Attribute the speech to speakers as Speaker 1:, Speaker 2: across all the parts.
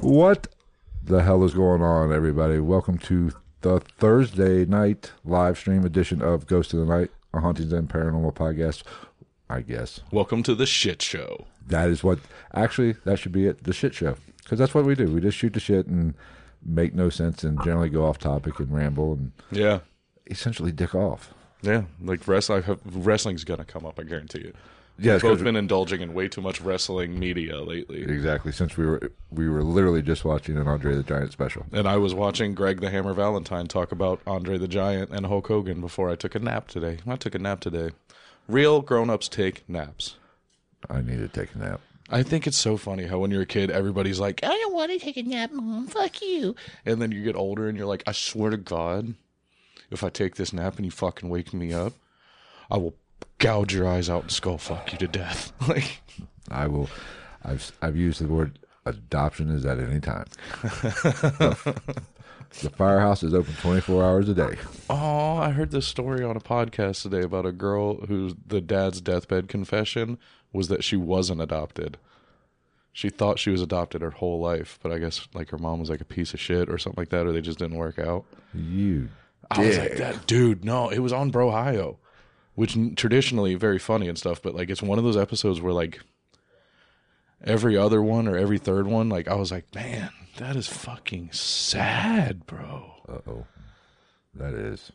Speaker 1: What the hell is going on, everybody? Welcome to the Thursday night live stream edition of Ghost of the Night, a Hauntings and Paranormal podcast. I guess
Speaker 2: Welcome to the shit show.
Speaker 1: that is what actually that should be it the shit show because that's what we do. We just shoot the shit and make no sense and generally go off topic and ramble and
Speaker 2: Yeah.
Speaker 1: essentially dick off.
Speaker 2: Yeah. Like wrestling wrestling's gonna come up, I guarantee it.
Speaker 1: Yeah,
Speaker 2: We've
Speaker 1: it's
Speaker 2: both
Speaker 1: 'cause-
Speaker 2: been indulging in way too much wrestling media lately.
Speaker 1: Exactly. Since we were we were literally just watching an Andre the Giant special.
Speaker 2: And I was watching Greg the Hammer Valentine talk about Andre the Giant and Hulk Hogan before I took a nap today. I took a nap today. Real grown ups take naps.
Speaker 1: I need to take a nap.
Speaker 2: I think it's so funny how when you're a kid, everybody's like, I don't want to take a nap, mom. Fuck you. And then you get older and you're like, I swear to God, if I take this nap and you fucking wake me up, I will gouge your eyes out and skull fuck you to death. Like,
Speaker 1: I will. I've I've used the word adoption is at any time. the firehouse is open 24 hours a day.
Speaker 2: oh, I heard this story on a podcast today about a girl whose the dad's deathbed confession was that she wasn't adopted. She thought she was adopted her whole life, but I guess like her mom was like a piece of shit or something like that, or they just didn't work out.
Speaker 1: You
Speaker 2: I was like, that dude, no, it was on Brohio, which n- traditionally very funny and stuff, but like it's one of those episodes where like every other one or every third one, like I was like, man, that is fucking sad, bro.
Speaker 1: uh oh, that is.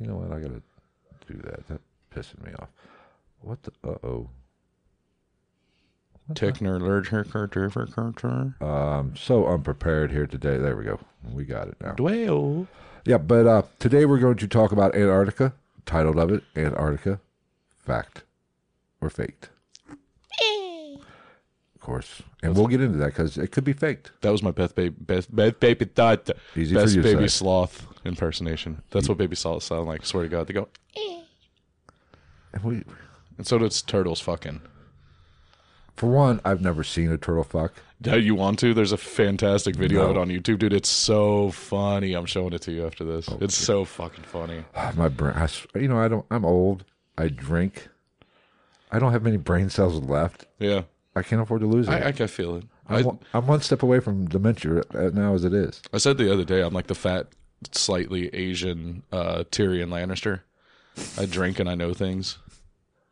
Speaker 1: You know what? I gotta do that. That pissing me off. What the uh oh?
Speaker 2: Tickner, Lurcher, Kerter, Kerter,
Speaker 1: I'm Um, so unprepared here today. There we go. We got it now.
Speaker 2: Dwell.
Speaker 1: Yeah, but uh, today we're going to talk about Antarctica. Title of it: Antarctica, fact or faked. Of course, and we'll get into that because it could be faked.
Speaker 2: That was my Beth Baby, Beth, Beth Baby Thought,
Speaker 1: Easy for
Speaker 2: Best
Speaker 1: you to
Speaker 2: Baby
Speaker 1: say.
Speaker 2: Sloth impersonation. That's what Baby Sloth sound like. Swear to God, they go,
Speaker 1: And we,
Speaker 2: and so does Turtles fucking.
Speaker 1: for one, I've never seen a turtle fuck.
Speaker 2: How you want to? There's a fantastic video of
Speaker 1: No.
Speaker 2: it on YouTube, dude. It's so funny. I'm showing it to you after this. it's so fucking funny.
Speaker 1: Ah, My brain, I s you know, I don't. I'm old. I drink. I don't have many brain cells left.
Speaker 2: Yeah,
Speaker 1: I can't afford to lose it.
Speaker 2: I,
Speaker 1: I,
Speaker 2: I can feel it. I,
Speaker 1: am one step away from dementia uh, now, as it is.
Speaker 2: I said the other day, I'm like the fat, slightly Asian uh, Tyrion Lannister. I drink and I know things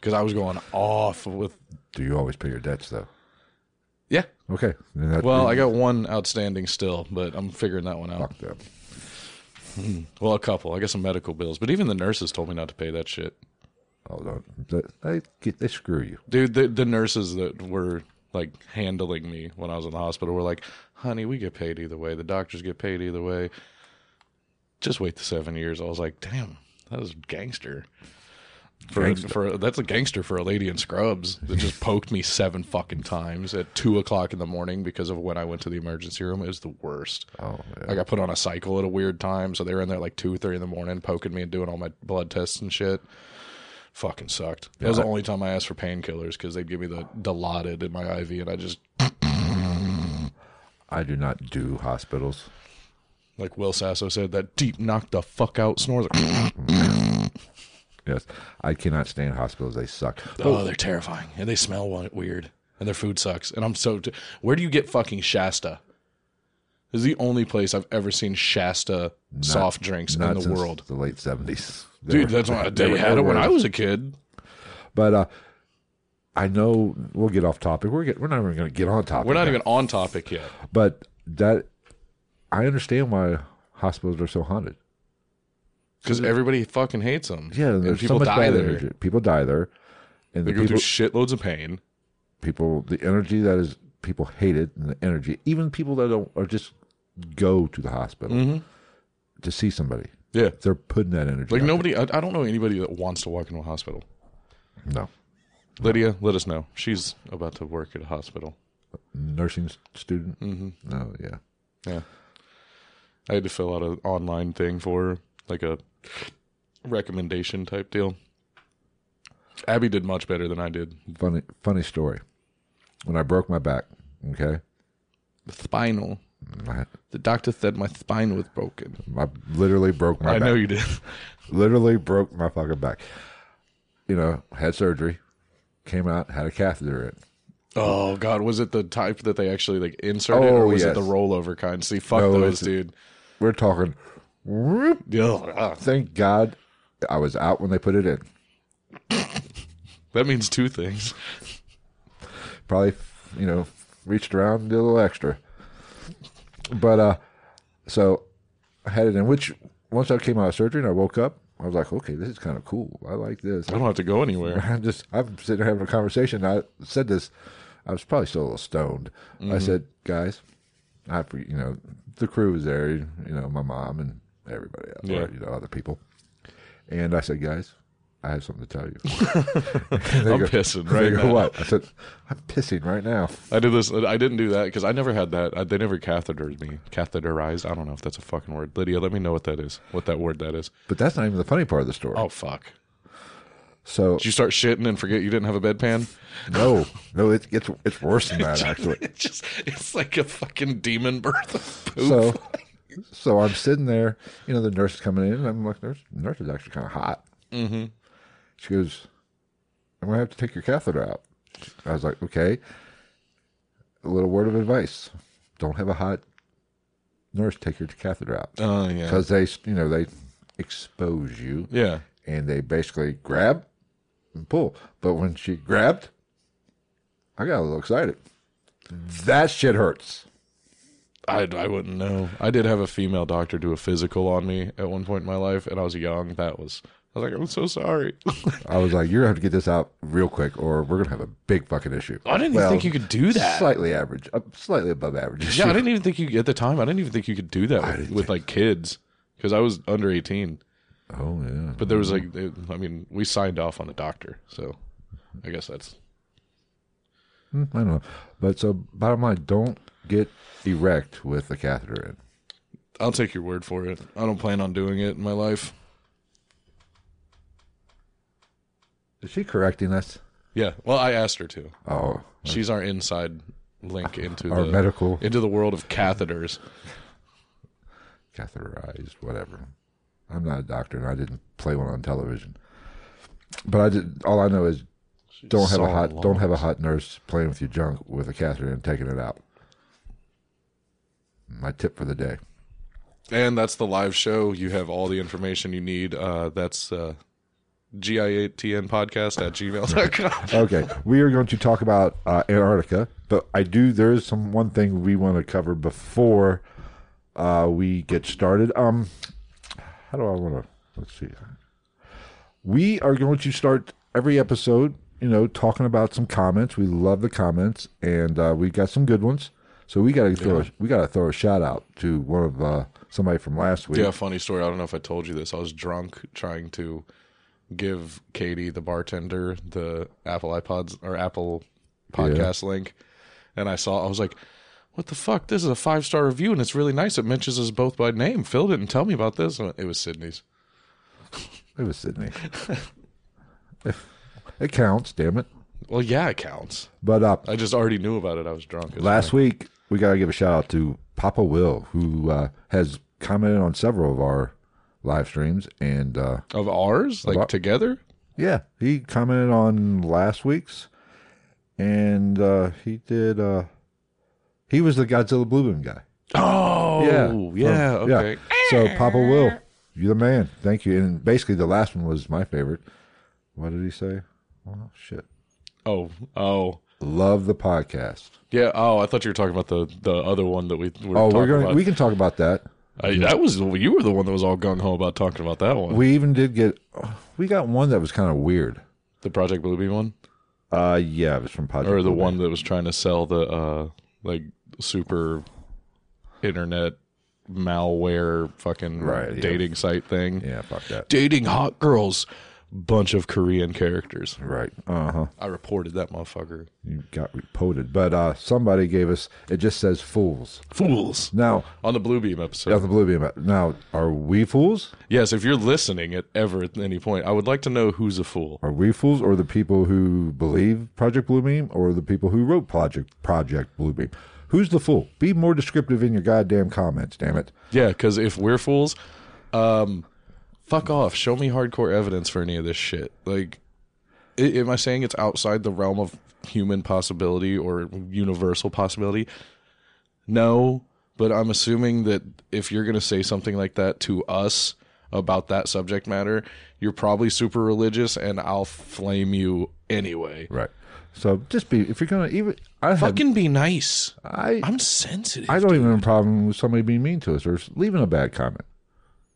Speaker 2: because I was going off with.
Speaker 1: Do you always pay your debts though?
Speaker 2: Yeah.
Speaker 1: Okay. then that-
Speaker 2: Well, I got one outstanding still, but I'm figuring that one out.
Speaker 1: fuck them.
Speaker 2: Well, a couple. I got some medical bills, but even the nurses told me not to pay that shit.
Speaker 1: Oh, don't. They, they get they screw you.
Speaker 2: dude the, the nurses that were like handling me when i was in the hospital were like honey we get paid either way the doctors get paid either way just wait the seven years i was like damn that was gangster for,
Speaker 1: Gangster.
Speaker 2: for that's a gangster for a lady in scrubs that just poked me seven fucking times at two o'clock in the morning because of when I went to the emergency room. It was the worst.
Speaker 1: Oh, yeah.
Speaker 2: I got put on a cycle at a weird time, so they were in there like two, three in the morning, poking me and doing all my blood tests and shit. Fucking sucked. That was the only time I asked for painkillers because they'd give me the Dilaudid in my IV, and I just
Speaker 1: I do not do hospitals.
Speaker 2: like Will Sasso said that deep knock the fuck out snores.
Speaker 1: Yes, I cannot stand hospitals. They suck.
Speaker 2: oh, they're terrifying, and they smell wa- weird, and their food sucks. And I'm so. T- Where do you get fucking Shasta? This is the only place I've ever seen Shasta soft drinks in
Speaker 1: Not
Speaker 2: the
Speaker 1: since
Speaker 2: world.
Speaker 1: the late seventies,
Speaker 2: Dude, that's why they had it when I was a kid.
Speaker 1: But uh, I know we'll get off topic. We're get, we're not even going to get on topic.
Speaker 2: We're not
Speaker 1: now.
Speaker 2: even on topic yet.
Speaker 1: But that I understand why hospitals are so haunted.
Speaker 2: Because everybody fucking hates them.
Speaker 1: Yeah,
Speaker 2: and
Speaker 1: there's
Speaker 2: people
Speaker 1: so much
Speaker 2: die
Speaker 1: bad
Speaker 2: there.
Speaker 1: energy. People die there, and
Speaker 2: They
Speaker 1: the
Speaker 2: go through
Speaker 1: people
Speaker 2: shitloads of pain.
Speaker 1: people the energy that is people hate it and the energy even people that don't or just go to the hospital
Speaker 2: Mm-hmm.
Speaker 1: to see somebody
Speaker 2: Yeah.
Speaker 1: they're putting that energy
Speaker 2: Like
Speaker 1: out
Speaker 2: nobody, I, I don't know anybody that wants to walk into a hospital.
Speaker 1: there. no
Speaker 2: Lydia, let us know. She's about to work at a hospital.
Speaker 1: nursing s- student mm-hmm. no yeah
Speaker 2: Yeah. I had to fill out an online thing for her, like a recommendation type deal. Abby did much better than I did.
Speaker 1: funny funny story when I broke my back okay
Speaker 2: The spinal.
Speaker 1: I,
Speaker 2: The doctor said my spine was broken.
Speaker 1: I literally broke my
Speaker 2: I
Speaker 1: back
Speaker 2: know you did.
Speaker 1: literally broke my fucking back you know had surgery came out had a catheter in
Speaker 2: Oh God, was it the type that they actually like inserted, or
Speaker 1: Oh,
Speaker 2: was it
Speaker 1: yes.
Speaker 2: the rollover kind? See, fuck
Speaker 1: No, it's-
Speaker 2: those, dude.
Speaker 1: we're talking whoop. oh,
Speaker 2: Ugh, ugh.
Speaker 1: thank God I was out when they put it in.
Speaker 2: That means two things.
Speaker 1: Probably, you know, reached around and did a little extra. But uh, so I had it in. Which once I came out of surgery and I woke up, I was like, okay, this is kind of cool. I like this.
Speaker 2: I don't have to go anywhere.
Speaker 1: I'm just I'm sitting there having a conversation. I said this. I was probably still a little stoned.
Speaker 2: Mm-hmm.
Speaker 1: I said, guys, I for you know the crew was there. You know my mom and everybody else.
Speaker 2: Yeah.
Speaker 1: or, you know other people. And I said, guys, I have something to tell you.
Speaker 2: I'm pissing
Speaker 1: They
Speaker 2: right
Speaker 1: go,
Speaker 2: now.
Speaker 1: what? I said, I'm pissing right now.
Speaker 2: I did this. I didn't do that because I never had that. I, they never cathetered me. Catheterized. I don't know if that's a fucking word. Lydia, let me know what that is. What that word that is.
Speaker 1: But that's not even the funny part of the story.
Speaker 2: Oh fuck.
Speaker 1: So
Speaker 2: Did you start shitting and forget you didn't have a bedpan?
Speaker 1: no, no, it gets it's worse than that actually.
Speaker 2: It just it's like a fucking demon birth of poop.
Speaker 1: So, so I'm sitting there. You know, the nurse is coming in, and I'm like, nurse, nurse is actually kind of hot. Mm-hmm. She goes, I'm gonna have to take your catheter out. I was like, okay. A little word of advice: don't have a hot nurse take your catheter out
Speaker 2: Oh yeah.
Speaker 1: because they, you know, they expose you
Speaker 2: Yeah.
Speaker 1: and they basically grab and pull. But when she grabbed, I got a little excited. That shit hurts.
Speaker 2: I, I wouldn't know. I did have a female doctor do a physical on me at one point in my life, and I was young. That was I was like, I'm so sorry.
Speaker 1: I was like, you're gonna have to get this out real quick, or we're gonna have a big fucking issue.
Speaker 2: I didn't even think you could do that.
Speaker 1: Slightly average, uh, slightly above average. issue.
Speaker 2: yeah, I didn't even think you at the time. I didn't even think you could do that with,
Speaker 1: didn't
Speaker 2: with like kids because I was under 18.
Speaker 1: Oh yeah.
Speaker 2: But there was like, it- I mean, we signed off on the doctor, so I guess that's
Speaker 1: Hmm, I don't know. But so, bottom line, don't get erect with a catheter in.
Speaker 2: I'll take your word for it. I don't plan on doing it in my life.
Speaker 1: Is she correcting us?
Speaker 2: Yeah. Well, I asked her to.
Speaker 1: Oh,
Speaker 2: She's our inside link into
Speaker 1: Our
Speaker 2: the
Speaker 1: medical-
Speaker 2: into the world of catheters.
Speaker 1: catheterized, whatever. I'm not a doctor, and I didn't play one on television. But I did. All I know is, don't have a
Speaker 2: saw
Speaker 1: hot,
Speaker 2: lungs.
Speaker 1: don't have a hot nurse playing with your junk with a catheter and taking it out. My tip for the day.
Speaker 2: And that's the live show. You have all the information you need. Uh, that's uh, GIATN podcast at gmail.com.
Speaker 1: okay, we are going to talk about uh, Antarctica, but I do. There is some one thing we want to cover before uh, we get started. Um, how do I want to? Let's see. We are going to start every episode, you know, talking about some comments. We love the comments, and uh, we got some good ones. So we got to throw a, we got to throw a shout out to one of uh, somebody from last week.
Speaker 2: Yeah, funny story. I don't know if I told you this. I was drunk trying to give Katie, the bartender, the Apple iPods or Apple podcast link. And I saw, I was like, what the fuck? This is a five star review and it's really nice. It mentions us both by name. Phil didn't tell me about this. And It was Sydney's.
Speaker 1: It was Sydney. it counts, damn it.
Speaker 2: Well, yeah, it counts.
Speaker 1: But uh,
Speaker 2: I just already knew about it. I was drunk. It's
Speaker 1: Last week, we got to give a shout out to Papa Will, who uh, has commented on several of our live streams. And uh,
Speaker 2: fine. Of ours, like
Speaker 1: About-
Speaker 2: together?
Speaker 1: yeah, he commented on last week's. And uh, he did, uh, he was the Godzilla Blue Boom guy.
Speaker 2: Oh, yeah,
Speaker 1: Um,
Speaker 2: okay.
Speaker 1: So, Papa Will, you're the man. Thank you. And basically, the last one was my favorite. What did he say? Oh, shit.
Speaker 2: Oh, oh.
Speaker 1: Love the podcast.
Speaker 2: Yeah, oh, I thought you were talking about the the other one that we were
Speaker 1: Oh,
Speaker 2: talking
Speaker 1: we're going to,
Speaker 2: about.
Speaker 1: we can talk about that.
Speaker 2: I, that was you were the one that was all gung ho about talking about that one.
Speaker 1: We even did get, we got one that was kind of weird.
Speaker 2: the Project Bluebeam one.
Speaker 1: Uh, yeah, it was from Project
Speaker 2: or the
Speaker 1: Blue
Speaker 2: one
Speaker 1: Bay.
Speaker 2: that was trying to sell the uh like super internet malware fucking
Speaker 1: Right, yeah.
Speaker 2: dating site thing.
Speaker 1: Yeah, fuck that.
Speaker 2: Dating hot girls, bunch of Korean characters.
Speaker 1: Right. Uh huh.
Speaker 2: I reported that motherfucker.
Speaker 1: You got repoted, but uh, somebody gave us. It just says fools.
Speaker 2: Fools.
Speaker 1: Now,
Speaker 2: On the Bluebeam episode.
Speaker 1: that's the blue beam. Now, are we fools?
Speaker 2: Yes, if you're listening at ever at any point, I would like to know who's a fool.
Speaker 1: Are we fools, or the people who believe Project Bluebeam, or the people who wrote Project Project Bluebeam? Who's the fool? Be more descriptive in your goddamn comments, damn it.
Speaker 2: Yeah, because if we're fools, um, fuck off. Show me hardcore evidence for any of this shit. Like, i- am I saying it's outside the realm of human possibility or universal possibility? No, but I'm assuming that if you're going to say something like that to us about that subject matter, you're probably super religious and I'll flame you anyway.
Speaker 1: Right. So just be. If you're gonna even, I have,
Speaker 2: Fucking be nice.
Speaker 1: I
Speaker 2: I'm sensitive.
Speaker 1: I don't even have a problem with somebody being mean to us or leaving a bad comment.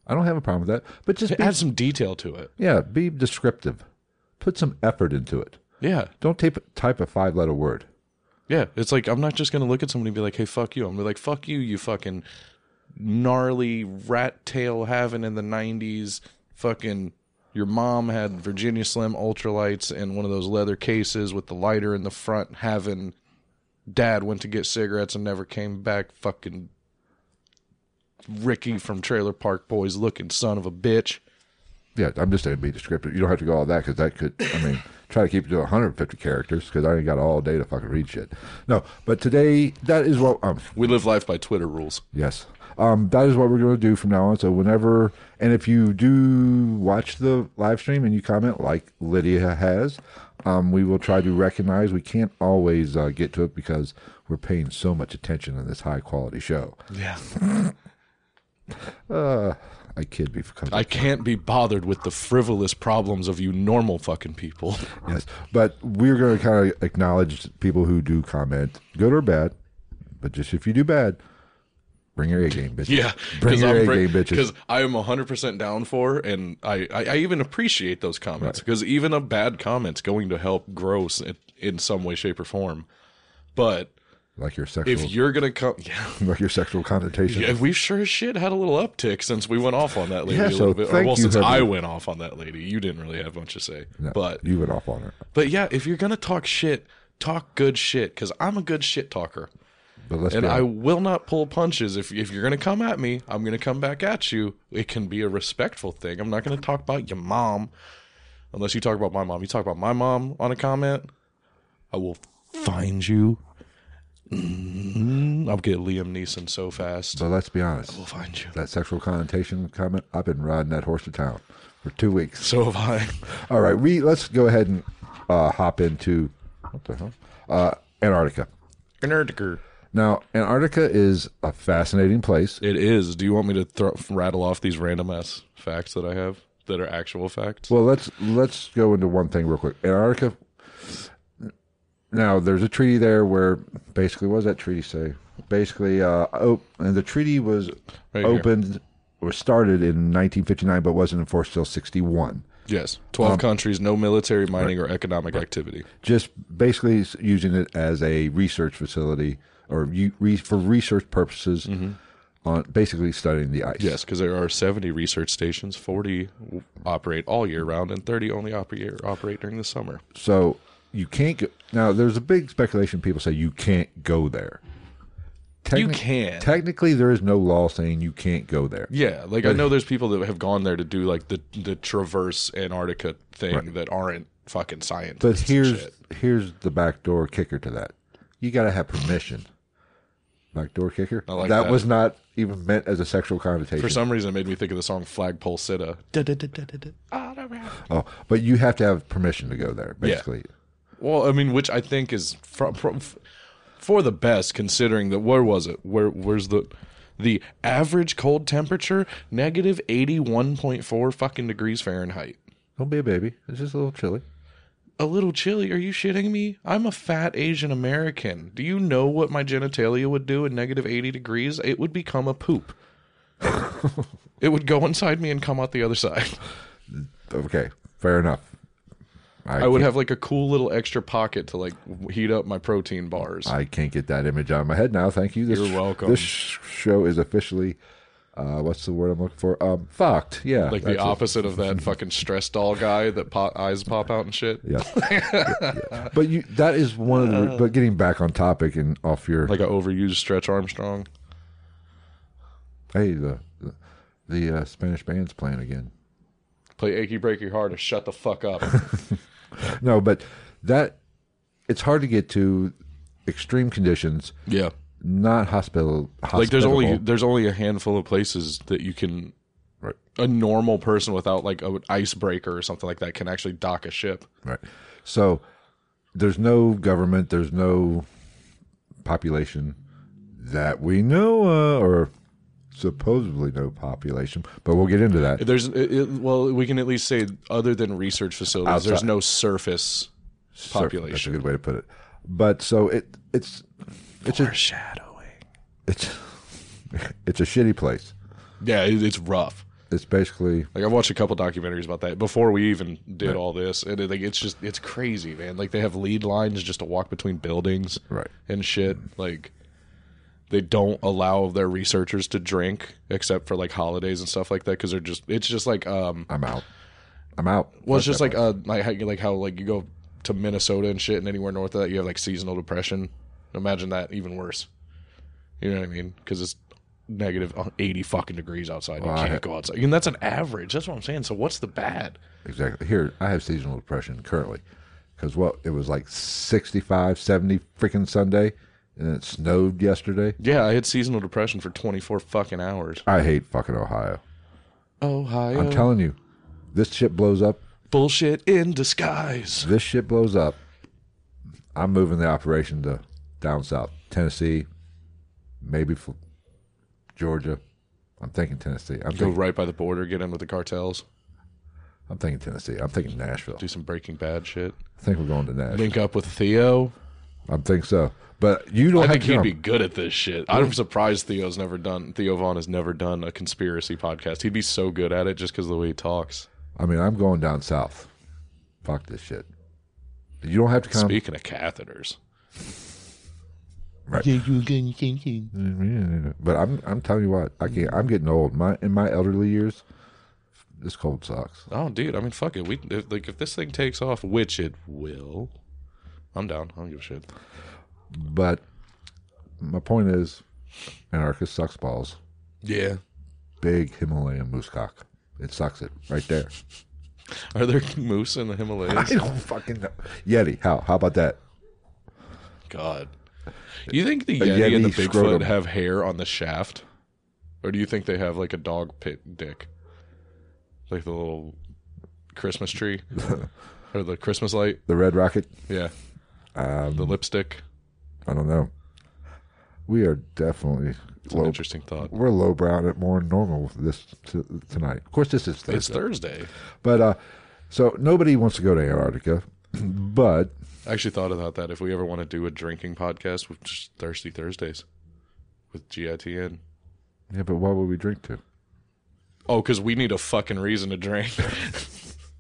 Speaker 1: I don't have a problem with that. But just be,
Speaker 2: Add some detail to it.
Speaker 1: yeah, be descriptive. Put some effort into it.
Speaker 2: Yeah.
Speaker 1: Don't type type a five letter word.
Speaker 2: Yeah, it's like I'm not just gonna look at somebody and be like, "Hey, fuck you." I'm gonna be like, "Fuck you, you fucking gnarly rat tail having in the '90s, fucking." Your mom had Virginia Slim ultralights in one of those leather cases with the lighter in the front. Having dad went to get cigarettes and never came back. Fucking Ricky from Trailer Park Boys, looking son of a bitch.
Speaker 1: Yeah, I'm just saying be descriptive. You don't have to go all that because that could, I mean, try to keep it to 150 characters because I ain't got all day to fucking read shit. No, but today, that is what, um,
Speaker 2: We live life by Twitter rules.
Speaker 1: yes, um, that is what we're going to do from now on. So whenever, and if you do watch the live stream and you comment like Lydia has, um, we will try to recognize. We can't always uh, get to it because we're paying so much attention in this high quality show.
Speaker 2: Yeah,
Speaker 1: I kid because
Speaker 2: I can't be bothered with the frivolous problems of you normal fucking people.
Speaker 1: Yes, but we're going to kind of acknowledge people who do comment, good or bad. But just if you do bad, bring your A game, bitch.
Speaker 2: Yeah,
Speaker 1: bring your
Speaker 2: I'm
Speaker 1: A
Speaker 2: bring-
Speaker 1: game, bitches.
Speaker 2: Because I am 100% down for, and I, I, I even appreciate those comments because even a bad comment's going to help grow s- in, in some way, shape, or form. But
Speaker 1: Like your sexual,
Speaker 2: if you're gonna come, yeah,
Speaker 1: like your sexual connotation.
Speaker 2: yeah, we've sure as shit had a little uptick since we went off on that lady
Speaker 1: Yeah,
Speaker 2: a
Speaker 1: so
Speaker 2: little bit, or
Speaker 1: thank
Speaker 2: well,
Speaker 1: you,
Speaker 2: since
Speaker 1: Heather.
Speaker 2: I went off on that lady. You didn't really have much to say,
Speaker 1: No,
Speaker 2: but
Speaker 1: you went off on her.
Speaker 2: but yeah, if you're gonna talk shit, talk good shit because I'm a good shit talker.
Speaker 1: But let's
Speaker 2: And
Speaker 1: be
Speaker 2: I
Speaker 1: honest.
Speaker 2: will not pull punches. If if you're gonna come at me, I'm gonna come back at you. It can be a respectful thing. I'm not gonna talk about your mom, unless you talk about my mom. You talk about my mom on a comment, I will find you. Mm, I'll get Liam Neeson so fast.
Speaker 1: but let's be honest.
Speaker 2: I'll find you.
Speaker 1: That sexual connotation comment. I've been riding that horse to town for two weeks.
Speaker 2: So have I.
Speaker 1: All right, we let's go ahead and uh, hop into what the hell? Uh, Antarctica.
Speaker 2: Antarctica.
Speaker 1: Now, Antarctica is a fascinating place.
Speaker 2: It is. Do you want me to throw, rattle off these random ass facts that I have that are actual facts?
Speaker 1: Well, let's let's go into one thing real quick. Antarctica. Now, there's a treaty there where basically, what does that treaty say? Basically, uh, oh, and the treaty was
Speaker 2: Right here.
Speaker 1: opened or started in 1959, but wasn't enforced till 61.
Speaker 2: yes. Twelve countries, no military, mining, or economic activity.
Speaker 1: Just basically s- using it as a research facility or u- re, for research purposes on basically studying the ice.
Speaker 2: Mm-hmm. Yes, because there are 70 research stations, 40 w- operate all year round, and 30 only operate operate during the summer.
Speaker 1: So you can't go. Now, there's a big speculation. People say you can't go there.
Speaker 2: You
Speaker 1: Technic-
Speaker 2: can.
Speaker 1: Technically, there is no law saying you can't go there.
Speaker 2: Yeah, like I know there's people that have gone there to do like the the traverse Antarctica thing that aren't fucking scientists.
Speaker 1: But
Speaker 2: and
Speaker 1: here's
Speaker 2: shit.
Speaker 1: here's the backdoor kicker to that. You got to have permission. Backdoor kicker.
Speaker 2: like
Speaker 1: that,
Speaker 2: that.
Speaker 1: was not even meant as a sexual connotation.
Speaker 2: for some reason it made me think of the song Flagpole Sitta. Da-da-da-da-da-da. All around.
Speaker 1: oh, but you have to have permission to go there. Basically,
Speaker 2: Well, I mean, which I think is fro- pro- f- for the best, considering that where was it? Where where's the the average cold temperature negative eighty one point four fucking degrees Fahrenheit.
Speaker 1: don't be a baby. It's just a little chilly.
Speaker 2: a little chilly. Are you shitting me? I'm a fat Asian American. Do you know what my genitalia would do in negative 80 degrees? It would become a poop. it would go inside me and come out the other side.
Speaker 1: Okay, fair enough. I,
Speaker 2: I would
Speaker 1: can't-
Speaker 2: have like a cool little extra pocket to like w- heat up my protein bars.
Speaker 1: I can't get that image out of my head now. Thank you. This,
Speaker 2: You're welcome.
Speaker 1: This sh- show is officially, uh, what's the word I'm looking for? Um, fucked. Yeah,
Speaker 2: like
Speaker 1: that's
Speaker 2: the
Speaker 1: it.
Speaker 2: opposite of that fucking stress doll guy that pop, eyes pop out and shit.
Speaker 1: Yeah. Yeah, yeah. But you that is one of the but getting back on topic and off your
Speaker 2: Like an overused Stretch Armstrong.
Speaker 1: hey the the, the uh, Spanish band's playing again.
Speaker 2: Play Achy Breaky Heart or shut the fuck up.
Speaker 1: No, but that it's hard to get to extreme conditions,
Speaker 2: yeah.
Speaker 1: not hospital
Speaker 2: Like there's only
Speaker 1: hospitable.
Speaker 2: there's only a handful of places that you can
Speaker 1: right
Speaker 2: a normal person without like an icebreaker or something like that can actually dock a ship.
Speaker 1: right. So there's no government, there's no population that we know uh, or supposedly no population, but we'll get into that.
Speaker 2: There's it, it- well, we can at least say other than research facilities, there's no surface
Speaker 1: Surf- That's a
Speaker 2: population.
Speaker 1: good way to put it. But so it it's it's a
Speaker 2: Shadowing.
Speaker 1: it's it's a shitty place.
Speaker 2: Yeah, it, it's rough.
Speaker 1: It's basically
Speaker 2: Like I've watched a couple documentaries about that before we even did all this, and it, like it's just it's crazy, man. Like they have lead lines just to walk between buildings,
Speaker 1: Right.
Speaker 2: And shit, like they don't allow their researchers to drink except for like holidays and stuff like that because they're just it's just like um
Speaker 1: I'm out. I'm out.
Speaker 2: well it's just like uh like how, like how like you go to Minnesota and shit and anywhere north of that you have like seasonal depression. Imagine that even worse. You know what I mean? Because it's negative uh, eighty fucking degrees outside. You
Speaker 1: Well, I-
Speaker 2: can't go outside, and that's an average. That's what I'm saying. So what's the bad?
Speaker 1: Exactly. Here, I have seasonal depression currently because what it was like 65, 70 freaking Sunday, and then it snowed yesterday.
Speaker 2: Yeah, I had seasonal depression for 24 fucking hours.
Speaker 1: I hate fucking Ohio.
Speaker 2: Ohio.
Speaker 1: I'm telling you, this shit blows up.
Speaker 2: uh, bullshit in disguise.
Speaker 1: This shit blows up. I'm moving the operation to down south, Tennessee, maybe Fl- Georgia. I'm thinking Tennessee. I'm
Speaker 2: Go
Speaker 1: thinking,
Speaker 2: right by the border, get in with the cartels,
Speaker 1: I'm thinking Tennessee. I'm thinking Nashville.
Speaker 2: do some Breaking Bad shit,
Speaker 1: I think we're going to Nashville.
Speaker 2: link up with Theo.
Speaker 1: I think so. But you don't
Speaker 2: I
Speaker 1: have
Speaker 2: think
Speaker 1: to
Speaker 2: he'd
Speaker 1: come.
Speaker 2: be good at this shit. I'm surprised Theo's never done. Theo Vaughn has never done a conspiracy podcast. He'd be so good at it just because of the way he talks.
Speaker 1: I mean, I'm going down south. Fuck this shit. You don't have to come.
Speaker 2: Speaking of catheters,
Speaker 1: But I'm I'm telling you what, I can't. I'm getting old. My in my elderly years, this cold sucks.
Speaker 2: oh dude, I mean fuck it. We if, like if this thing takes off, which it will. I'm down. I don't give a shit.
Speaker 1: But my point is, Anarchist sucks balls.
Speaker 2: Yeah.
Speaker 1: Big Himalayan moose cock. It sucks it right there.
Speaker 2: Are there moose in the Himalayas?
Speaker 1: I don't fucking know. Yeti. How how about that?
Speaker 2: God. You think the Yeti, and the
Speaker 1: Yeti
Speaker 2: Bigfoot
Speaker 1: Uh, scrotum.
Speaker 2: have hair on the shaft? Or do you think they have like a dog pit dick? Like the little Christmas tree? or the Christmas light?
Speaker 1: The red rocket. Um,
Speaker 2: Yeah. the lipstick?
Speaker 1: I don't know. We are definitely
Speaker 2: It's an
Speaker 1: low.
Speaker 2: interesting thought.
Speaker 1: We're lowbrow at more normal this t- tonight. Of course, this is Thursday.
Speaker 2: It's Thursday.
Speaker 1: But uh, so nobody wants to go to Antarctica, but
Speaker 2: I actually thought about that. If we ever want to do a drinking podcast, with just Thirsty Thursdays with GITN.
Speaker 1: yeah, but what would we drink to?
Speaker 2: Oh, because we need a fucking reason to drink.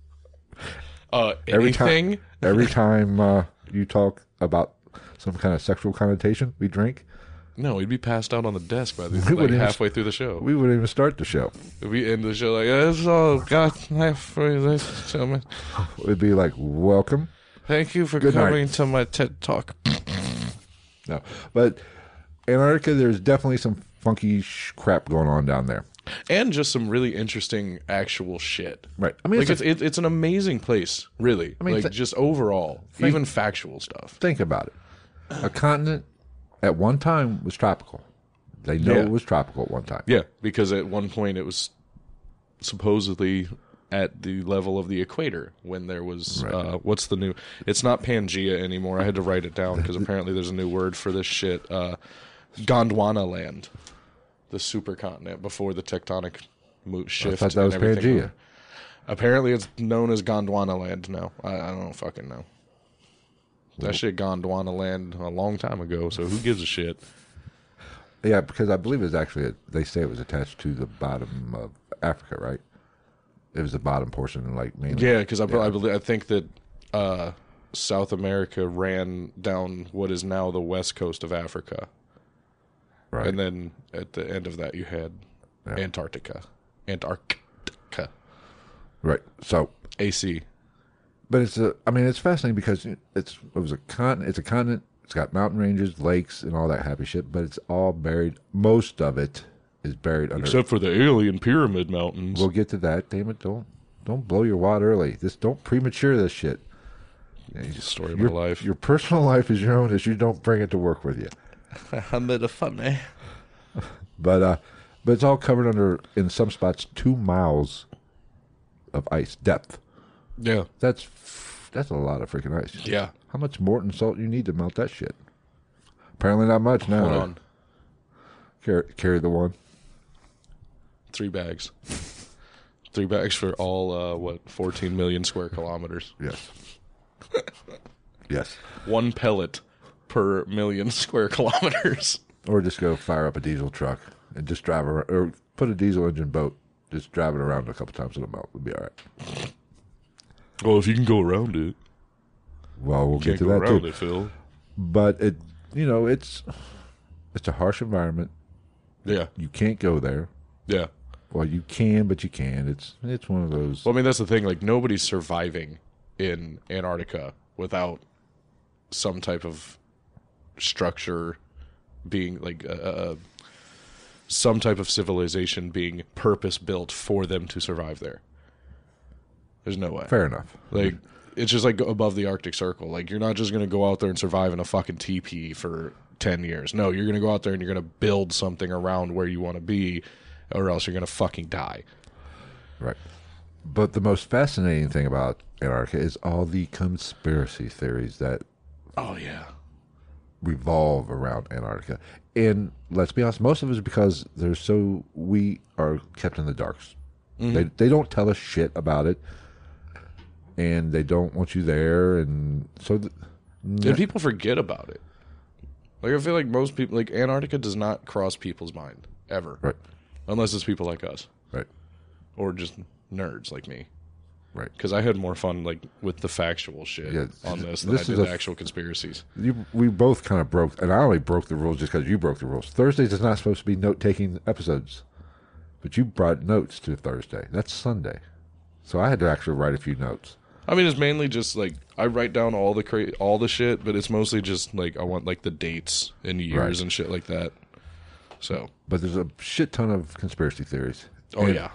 Speaker 2: uh,
Speaker 1: Every time-
Speaker 2: anything?
Speaker 1: Every time uh, you talk about some kind of sexual connotation, we drink.
Speaker 2: No, he'd be passed out on the desk by the like,
Speaker 1: wouldn't even-
Speaker 2: halfway through the show.
Speaker 1: We wouldn't even start the show.
Speaker 2: We end the show like that's all God halfway this gentlemen.
Speaker 1: It'd be like welcome.
Speaker 2: Thank you for
Speaker 1: Good night.
Speaker 2: coming to my TED talk.
Speaker 1: No, but Antarctica, there's definitely some funky sh- crap going on down there.
Speaker 2: And just some really interesting actual shit.
Speaker 1: Right. I mean,
Speaker 2: like
Speaker 1: it's
Speaker 2: it's, it's it's an amazing place, really.
Speaker 1: mean,
Speaker 2: like
Speaker 1: th-
Speaker 2: just overall, even factual stuff.
Speaker 1: Think about it. A continent at one time was tropical. They know
Speaker 2: Yeah.
Speaker 1: it was tropical at one time.
Speaker 2: Yeah, because at one point it was supposedly at the level of the equator when there was uh, what's the new? It's not Pangea anymore. I had to write it down because apparently there's a new word for this shit. Uh, Gondwana land, the supercontinent before the tectonic mo- shift.
Speaker 1: I thought that was
Speaker 2: and everything.
Speaker 1: Pangea.
Speaker 2: Apparently it's known as Gondwana land now. I, I don't fucking know. That shit Gondwana land a long time ago. So who gives a shit?
Speaker 1: Yeah, because I believe it was actually they say it was attached to the bottom of Africa, right? It was the bottom portion, like mainly.
Speaker 2: Yeah, because I, I believe I think that uh, South America ran down what is now the west coast of Africa.
Speaker 1: Right.
Speaker 2: And then at the end of that, you had Antarctica. Antarctica.
Speaker 1: Right. So,
Speaker 2: AC.
Speaker 1: but it's a. I mean, it's fascinating because it's it was a continent. It's a continent. It's got mountain ranges, lakes, and all that happy shit. But it's all buried. Most of it is buried under.
Speaker 2: Except for the alien pyramid mountains.
Speaker 1: we'll get to that. Damn it! Don't don't blow your wad early. This don't premature this shit.
Speaker 2: story of
Speaker 1: Your
Speaker 2: my life.
Speaker 1: Your personal life is your own issue. Don't bring it to work with you.
Speaker 2: I'm a funny.
Speaker 1: But uh, but it's all covered under in some spots two miles of ice depth.
Speaker 2: Yeah.
Speaker 1: That's f- that's a lot of freaking ice.
Speaker 2: Yeah.
Speaker 1: How much Morton salt you need to melt that shit? Apparently not much. Now
Speaker 2: Hold on.
Speaker 1: Carry, carry the one.
Speaker 2: Three bags. Three bags for all, uh, what, 14 million square kilometers.
Speaker 1: Yes. yes.
Speaker 2: One pellet per million square kilometers.
Speaker 1: Or just go fire up a diesel truck and just drive around, or put a diesel engine boat, just drive it around a couple times in a melt. It'll be all right.
Speaker 2: Well, if you can go around it.
Speaker 1: Well, we'll get
Speaker 2: Can't
Speaker 1: to
Speaker 2: go
Speaker 1: that
Speaker 2: around
Speaker 1: too.
Speaker 2: it, Phil.
Speaker 1: But it, you know, it's it's a harsh environment.
Speaker 2: Yeah.
Speaker 1: You can't go there.
Speaker 2: Yeah.
Speaker 1: Well, you can, but you can. It's it's one of those.
Speaker 2: Well, I mean, that's the thing. Like, nobody's surviving in Antarctica without some type of structure being like uh, uh, some type of civilization being purpose built for them to survive there. There's no way.
Speaker 1: fair enough.
Speaker 2: Like, it's just like above the Arctic Circle. Like, you're not just going to go out there and survive in a fucking teepee for 10 years. No, you're going to go out there and you're going to build something around where you want to be, or else you're going to fucking die.
Speaker 1: Right. But the most fascinating thing about Antarctica is all the conspiracy theories that
Speaker 2: Oh, yeah.
Speaker 1: revolve around Antarctica. And let's be honest, most of it is because they're so we are kept in the darks.
Speaker 2: Mm-hmm.
Speaker 1: They they don't tell us shit about it, and they don't want you there. And so, th-
Speaker 2: And people forget about it. Like I feel like most people like Antarctica does not cross people's mind ever.
Speaker 1: right,
Speaker 2: Unless it's people like us
Speaker 1: right,
Speaker 2: or just nerds like me.
Speaker 1: right.
Speaker 2: Because I had more fun like with the factual shit
Speaker 1: Yeah,
Speaker 2: on this
Speaker 1: th-
Speaker 2: than
Speaker 1: this
Speaker 2: I
Speaker 1: is
Speaker 2: did
Speaker 1: a
Speaker 2: the actual conspiracies.
Speaker 1: You, we both kind of broke, and I only broke the rules just because you broke the rules. Thursdays is not supposed to be note taking episodes, but you brought notes to Thursday. That's Sunday, so I had to actually write a few notes.
Speaker 2: I mean, it's mainly just like I write down all the cra- all the shit, but it's mostly just like I want like the dates and years
Speaker 1: Right.
Speaker 2: and shit like that. So,
Speaker 1: But there's a shit ton of conspiracy theories.
Speaker 2: oh
Speaker 1: And
Speaker 2: yeah,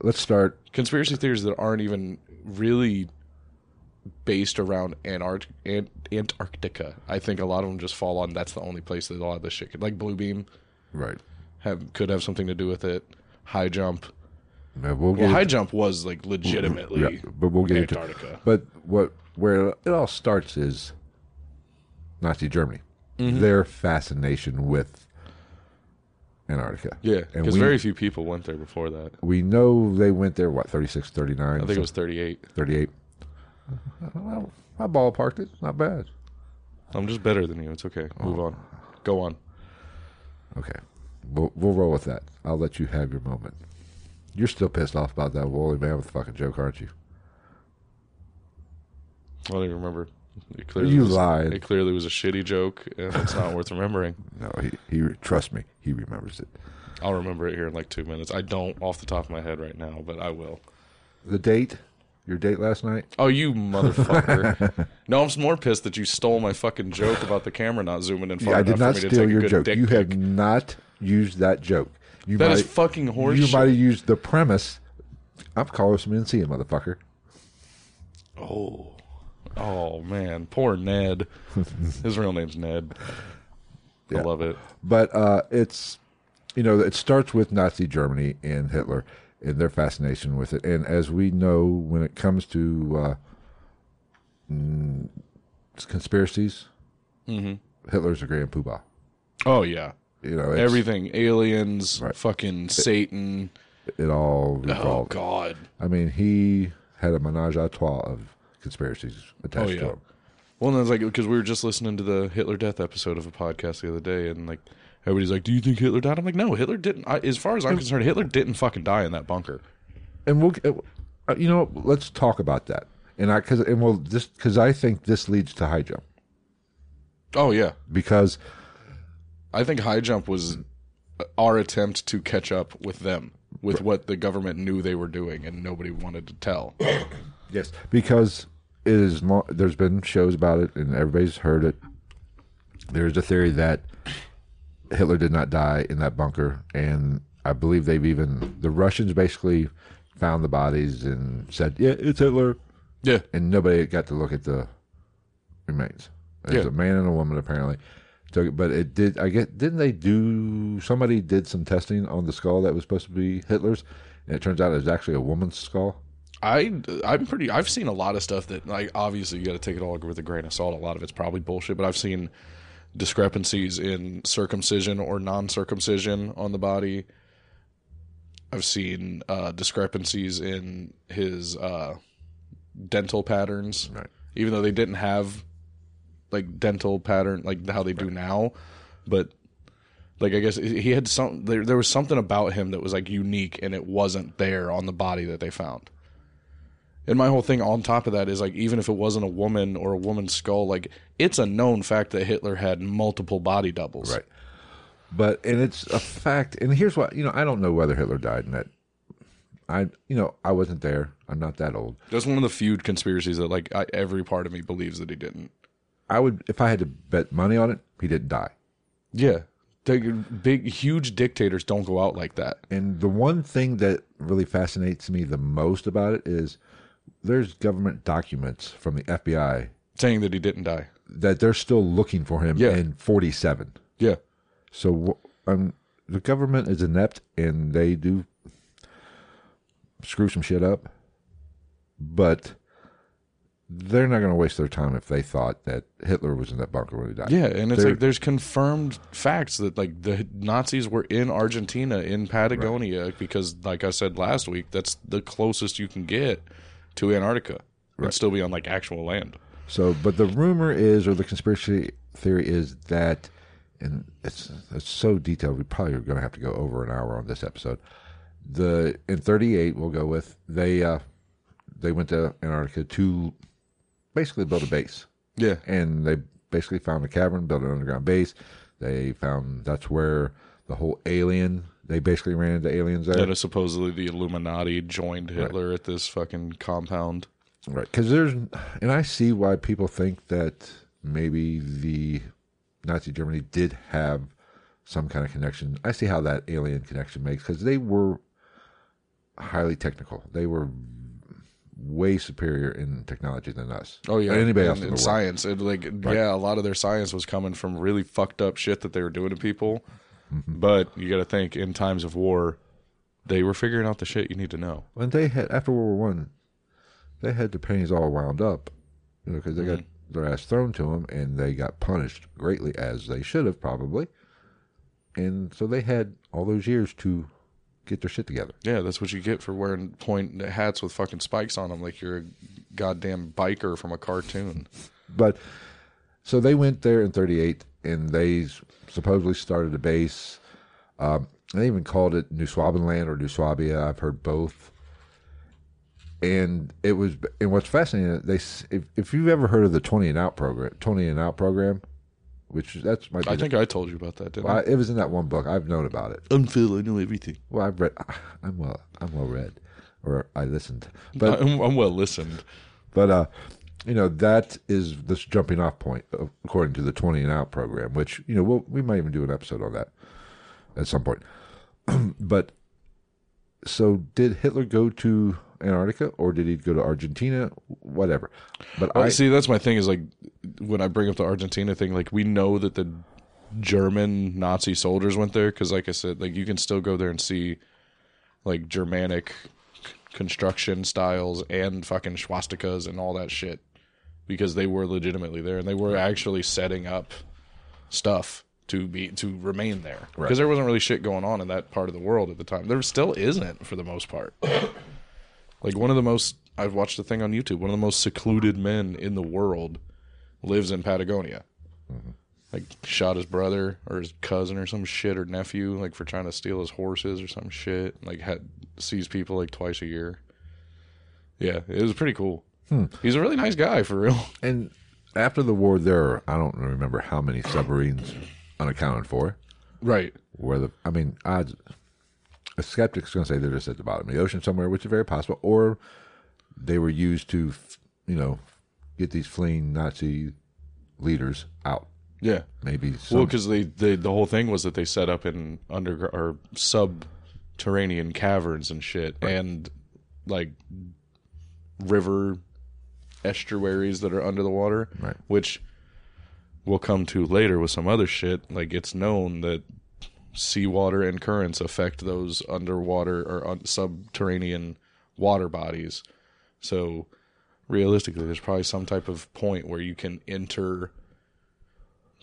Speaker 1: let's start
Speaker 2: conspiracy theories that aren't even really based around Antarct- Ant- Antarctica. I think a lot of them just fall on that's the only place that a lot of this shit could like Blue Beam
Speaker 1: right.
Speaker 2: have could have something to do with it. High jump.
Speaker 1: Yeah, we'll
Speaker 2: Well,
Speaker 1: get
Speaker 2: high jump was like legitimately
Speaker 1: Yeah, but we'll get into
Speaker 2: Antarctica.
Speaker 1: But what where it all starts is Nazi Germany.
Speaker 2: Mm-hmm.
Speaker 1: Their fascination with Antarctica.
Speaker 2: yeah,
Speaker 1: and
Speaker 2: because
Speaker 1: we,
Speaker 2: very few people went there before that.
Speaker 1: we know they went there what 36 39
Speaker 2: I think it was thirty eight.
Speaker 1: 38. Well, I ballparked it. Not bad.
Speaker 2: I'm just better than you. It's okay.
Speaker 1: Oh.
Speaker 2: Move on. Go on.
Speaker 1: Okay. We'll, we'll roll with that. I'll let you have your moment. You're still pissed off about that woolly mammoth fucking joke, aren't you?
Speaker 2: I don't even remember. It clearly
Speaker 1: You
Speaker 2: was,
Speaker 1: lied.
Speaker 2: It clearly was a shitty joke, and it's not worth remembering.
Speaker 1: No, he, he trust me, he remembers it.
Speaker 2: I'll remember it here in like two minutes. I don't off the top of my head right now, but I will.
Speaker 1: The date, your date last night?
Speaker 2: Oh, you motherfucker! no, I'm just more pissed that you stole my fucking joke about the camera not zooming in far
Speaker 1: Yeah, I
Speaker 2: enough
Speaker 1: did not
Speaker 2: for me
Speaker 1: steal
Speaker 2: to take
Speaker 1: your
Speaker 2: a good
Speaker 1: joke.
Speaker 2: dick
Speaker 1: You
Speaker 2: pic.
Speaker 1: have not used that joke. You
Speaker 2: That
Speaker 1: might,
Speaker 2: is fucking
Speaker 1: You
Speaker 2: horseshit.
Speaker 1: might have used the premise. I'm calling some NC, motherfucker.
Speaker 2: Oh, oh man, poor Ned. His real name's Ned. I love it.
Speaker 1: But uh, it's, you know, it starts with Nazi Germany and Hitler and their fascination with it. And as we know, when it comes to uh, mm, conspiracies,
Speaker 2: Mm-hmm.
Speaker 1: Hitler's a grand poobah.
Speaker 2: Oh yeah,
Speaker 1: You know, it's,
Speaker 2: everything aliens, fucking Satan.
Speaker 1: it all
Speaker 2: Oh
Speaker 1: revolves.
Speaker 2: God.
Speaker 1: I mean, he had a menage a trois of conspiracies attached
Speaker 2: Oh,
Speaker 1: to
Speaker 2: yeah.
Speaker 1: him.
Speaker 2: Well, and I was like, because we were just listening to the Hitler death episode of a podcast the other day, and like everybody's like, "Do you think Hitler died?" I'm like, "No, Hitler didn't." I, as far as I'm concerned, Hitler didn't fucking die in that bunker.
Speaker 1: uh, and we'll uh, you know let's talk about that and I because and well this because I think this leads to high jump
Speaker 2: Oh yeah,
Speaker 1: because
Speaker 2: I think high jump was our attempt to catch up with them with what the government knew they were doing and nobody wanted to tell.
Speaker 1: yes because it is mo- there's been shows about it and everybody's heard it. There's a theory that Hitler did not die in that bunker, and I believe they've even the Russians basically found the bodies and said, "Yeah, it's Hitler."
Speaker 2: Yeah,
Speaker 1: and nobody got to look at the remains. There's
Speaker 2: Yeah.
Speaker 1: a man and a woman apparently. Took it, but it did. I get didn't they do? Somebody did some testing on the skull that was supposed to be Hitler's, and it turns out it was actually a woman's skull.
Speaker 2: I I'm pretty I've seen a lot of stuff that like obviously you got to take it all with a grain of salt. A lot of it's probably bullshit, but I've seen discrepancies in circumcision or non-circumcision on the body. I've seen uh, discrepancies in his uh, dental patterns,
Speaker 1: Right.
Speaker 2: even though they didn't have like dental pattern like how they do now, but. Like I guess he had some. There, there was something about him that was like unique, and it wasn't there on the body that they found. And my whole thing on top of that is like, even if it wasn't a woman or a woman's skull, like it's a known fact that Hitler had multiple body doubles.
Speaker 1: Right. But and it's a fact. And here's what you know. I don't know whether Hitler died in that. I you know I wasn't there. I'm not that old.
Speaker 2: That's one of the few conspiracies that like I, every part of me believes that he didn't.
Speaker 1: I would if I had to bet money on it. He didn't die.
Speaker 2: Yeah. They- big, huge dictators don't go out like that.
Speaker 1: And the one thing that really fascinates me the most about it is there's government documents from the FBI
Speaker 2: Saying that he didn't die.
Speaker 1: that they're still looking for him
Speaker 2: Yeah.
Speaker 1: in 47.
Speaker 2: Yeah.
Speaker 1: So wh- um, the government is inept and they do screw some shit up. But they're not going to waste their time if they thought that Hitler was in that bunker when he died.
Speaker 2: Yeah. And it's
Speaker 1: They're-
Speaker 2: like there's confirmed facts that like the Nazis were in Argentina, in Patagonia, because like I said last week, that's the closest you can get to Antarctica and still be on like actual land.
Speaker 1: So, but the rumor is, or the conspiracy theory is that, and it's it's so detailed. We probably are going to have to go over an hour on this episode. The in thirty eight, we'll go with they. Uh, they went to Antarctica to basically build a base,
Speaker 2: Yeah.
Speaker 1: and they basically found a cavern, built an underground base. They found that's where the whole alien. They basically ran into aliens there,
Speaker 2: That is supposedly the Illuminati joined Hitler at this fucking compound.
Speaker 1: Right, because there's, and I see why people think that maybe the Nazi Germany did have some kind of connection. I see how that alien connection makes because they were highly technical. They were way superior in technology than us. or anybody else
Speaker 2: and,
Speaker 1: in the
Speaker 2: Oh, and
Speaker 1: world.
Speaker 2: science. And like, yeah, a lot of their science was coming from really fucked up shit that they were doing to people.
Speaker 1: Mm-hmm.
Speaker 2: But you got to think, in times of war, they were figuring out the shit you need to know.
Speaker 1: When they had after World War One, they had the pennies all wound up, you know, because they got their ass thrown to them and they got punished greatly as they should have probably. And so they had all those years to get their shit together.
Speaker 2: Yeah, that's what you get for wearing point hats with fucking spikes on them, like you're a goddamn biker from a cartoon.
Speaker 1: But so they went there in '38 and they s- supposedly started a base. Um, they even called it New Swabenland or New Swabia. I've heard both. And it was, and what's fascinating, they s- if, if you've ever heard of the twenty and out program, twenty and out program, which is- that's might be
Speaker 2: I think I told you about that, didn't
Speaker 1: well, I,
Speaker 2: I?
Speaker 1: it was in that one book. I've known about it.
Speaker 2: I'm Phil. I know everything.
Speaker 1: Well, I've read. I'm well. I'm well read, or I listened. But
Speaker 2: I'm, I'm well listened.
Speaker 1: But uh, you know that is this jumping off point uh, according to the twenty and out program, which you know we'll, we might even do an episode on that at some point. but so did Hitler go to Antarctica or did he go to Argentina? Whatever. But
Speaker 2: Well,
Speaker 1: I
Speaker 2: see, that's my thing. Is like when I bring up the Argentina thing, like we know that the German Nazi soldiers went there because, like I said, like you can still go there and see like Germanic c- construction styles and fucking swastikas and all that shit because they were legitimately there and they were actually setting up stuff to be to remain there because there wasn't really shit going on in that part of the world at the time. There still isn't for the most part. Like one of the most I've watched a thing on YouTube. One of the most secluded men in the world lives in Patagonia. Like shot his brother or his cousin or some shit or nephew like for trying to steal his horses or some shit. Like had sees people like twice a year. Yeah, it was pretty cool. He's a really nice guy for real.
Speaker 1: And after the war, there are, I don't remember how many submarines unaccounted for.
Speaker 2: Right.
Speaker 1: Where the I mean, odds a skeptic's going to say they're just at the bottom of the ocean somewhere, which is very possible, or they were used to, f- you know, get these fleeing Nazi leaders out.
Speaker 2: Yeah.
Speaker 1: Maybe some,
Speaker 2: Well, because they, they the whole thing was that they set up in under or subterranean caverns and shit, and like river estuaries that are under the water,
Speaker 1: Right.
Speaker 2: which we'll come to later with some other shit. Like it's known that seawater and currents affect those underwater or un- subterranean water bodies. So realistically, there's probably some type of point where you can enter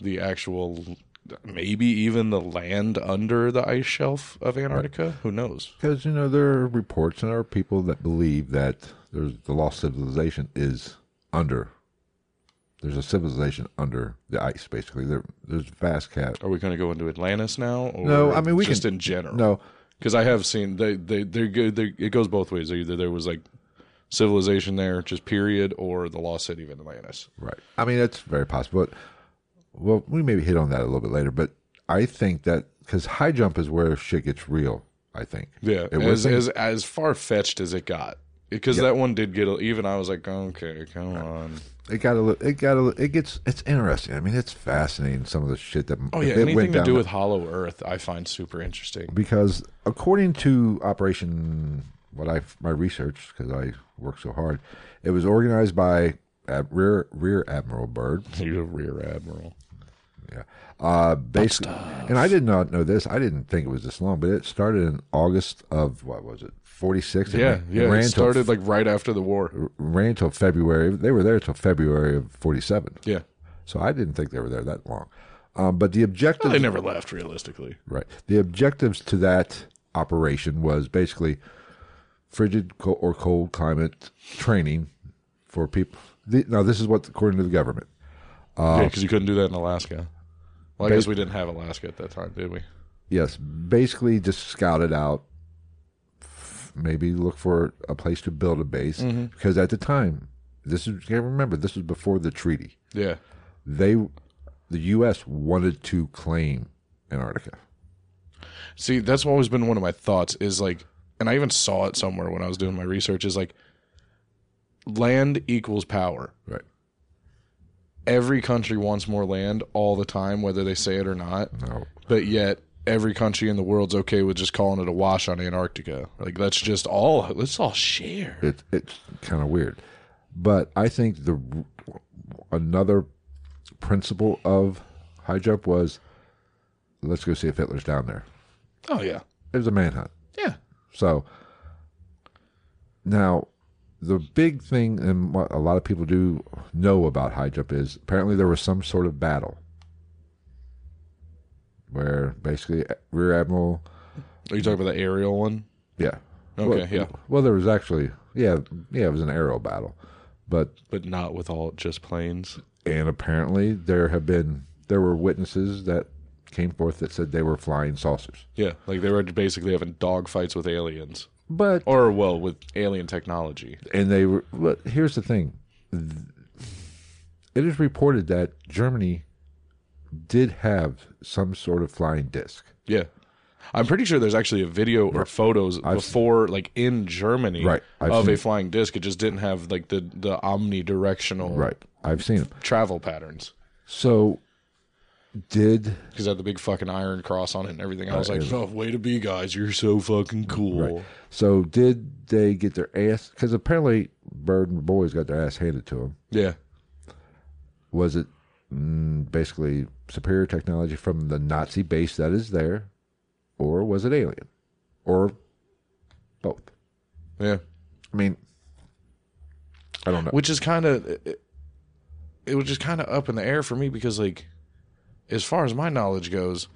Speaker 2: the actual maybe even the land under the ice shelf of Antarctica. Who knows?
Speaker 1: because you know there are reports and there are people that believe that there's the lost civilization is under. There's a civilization under the ice, basically. There, there's vast cat.
Speaker 2: Are we going to go into Atlantis now? Or
Speaker 1: No, I mean, we
Speaker 2: just
Speaker 1: can-
Speaker 2: in general.
Speaker 1: No,
Speaker 2: because I have seen they they they're good. They, it goes both ways. Either there was like civilization there, just period, or the lost city of Atlantis.
Speaker 1: Right. I mean, that's very possible. But, well, we maybe hit on that a little bit later. But I think that because high jump is where shit gets real. I think.
Speaker 2: Yeah,
Speaker 1: It
Speaker 2: as,
Speaker 1: was.
Speaker 2: as as far fetched as it got, because that one did get. Even I was like, okay, come on.
Speaker 1: It got a. little It got a. little It gets. It's interesting. I mean, it's fascinating. Some of the shit that.
Speaker 2: Oh yeah,
Speaker 1: that
Speaker 2: anything to
Speaker 1: down
Speaker 2: do with Hollow Earth, I find super interesting.
Speaker 1: because according to Operation, what I my research because I work so hard, it was organized by uh, Rear Rear Admiral Byrd.
Speaker 2: He's a rear admiral.
Speaker 1: Yeah. Uh, basically, and I did not know this. I didn't think it was this long, but it started in August of what was it, forty six?
Speaker 2: Yeah, yeah. It
Speaker 1: Ran
Speaker 2: started
Speaker 1: till,
Speaker 2: like right after the war.
Speaker 1: ran till February. They were there till February of forty seven.
Speaker 2: Yeah,
Speaker 1: So I didn't think they were there that long. Um, but the objective,
Speaker 2: they never left realistically.
Speaker 1: right? The objectives to that operation was basically frigid co- or cold climate training for people. The, now this is what according to the government.
Speaker 2: yeah, because you couldn't do that in Alaska. Well, I guess we didn't have Alaska at that time, did we?
Speaker 1: Yes, basically just scout it out. f- Maybe look for a place to build a base because at the time, this is you gotta remember this was before the treaty.
Speaker 2: Yeah,
Speaker 1: They, the U.S. wanted to claim Antarctica.
Speaker 2: See, that's always been one of my thoughts is like, and I even saw it somewhere when I was doing my research is like, land equals power.
Speaker 1: Right.
Speaker 2: Every country wants more land all the time, whether they say it or not.
Speaker 1: No.
Speaker 2: But yet, every country in the world's okay with just calling it a wash on Antarctica. Like, let's just all let's all share.
Speaker 1: It, it's kind of weird, but I think the another principle of high jump was, let's go see if Hitler's down there.
Speaker 2: Oh yeah,
Speaker 1: It was a manhunt.
Speaker 2: yeah.
Speaker 1: So now the big thing and what a lot of people do know about high jump is apparently there was some sort of battle where basically rear admiral
Speaker 2: Are you talking about the aerial one?
Speaker 1: yeah
Speaker 2: Okay,
Speaker 1: well,
Speaker 2: yeah.
Speaker 1: well there was actually yeah yeah it was an aerial battle but
Speaker 2: But not with all just planes.
Speaker 1: and apparently there have been there were witnesses that came forth that said they were flying saucers
Speaker 2: Yeah, like they were basically having dogfights with aliens,
Speaker 1: but
Speaker 2: or well, with alien technology.
Speaker 1: and they were. But here's the thing: it is reported that Germany did have some sort of flying disc.
Speaker 2: Yeah. I'm pretty sure there's actually a video or photos before, like in Germany,
Speaker 1: Right. I've
Speaker 2: of
Speaker 1: seen
Speaker 2: a
Speaker 1: it.
Speaker 2: flying disc. It just didn't have like the the omnidirectional
Speaker 1: I've seen them.
Speaker 2: travel patterns.
Speaker 1: So, did
Speaker 2: Because had the big fucking iron cross on it and everything. I was like, oh, way to be, guys! You're so fucking cool.
Speaker 1: so did they get their ass? Because apparently, Bird and the boys got their ass handed to them.
Speaker 2: Yeah,
Speaker 1: Was it mm, basically superior technology from the Nazi base that is there, or was it alien, or both?
Speaker 2: yeah.
Speaker 1: I mean, I don't know.
Speaker 2: Which is kind of it, it was just kind of up in the air for me because, like, as far as my knowledge goes,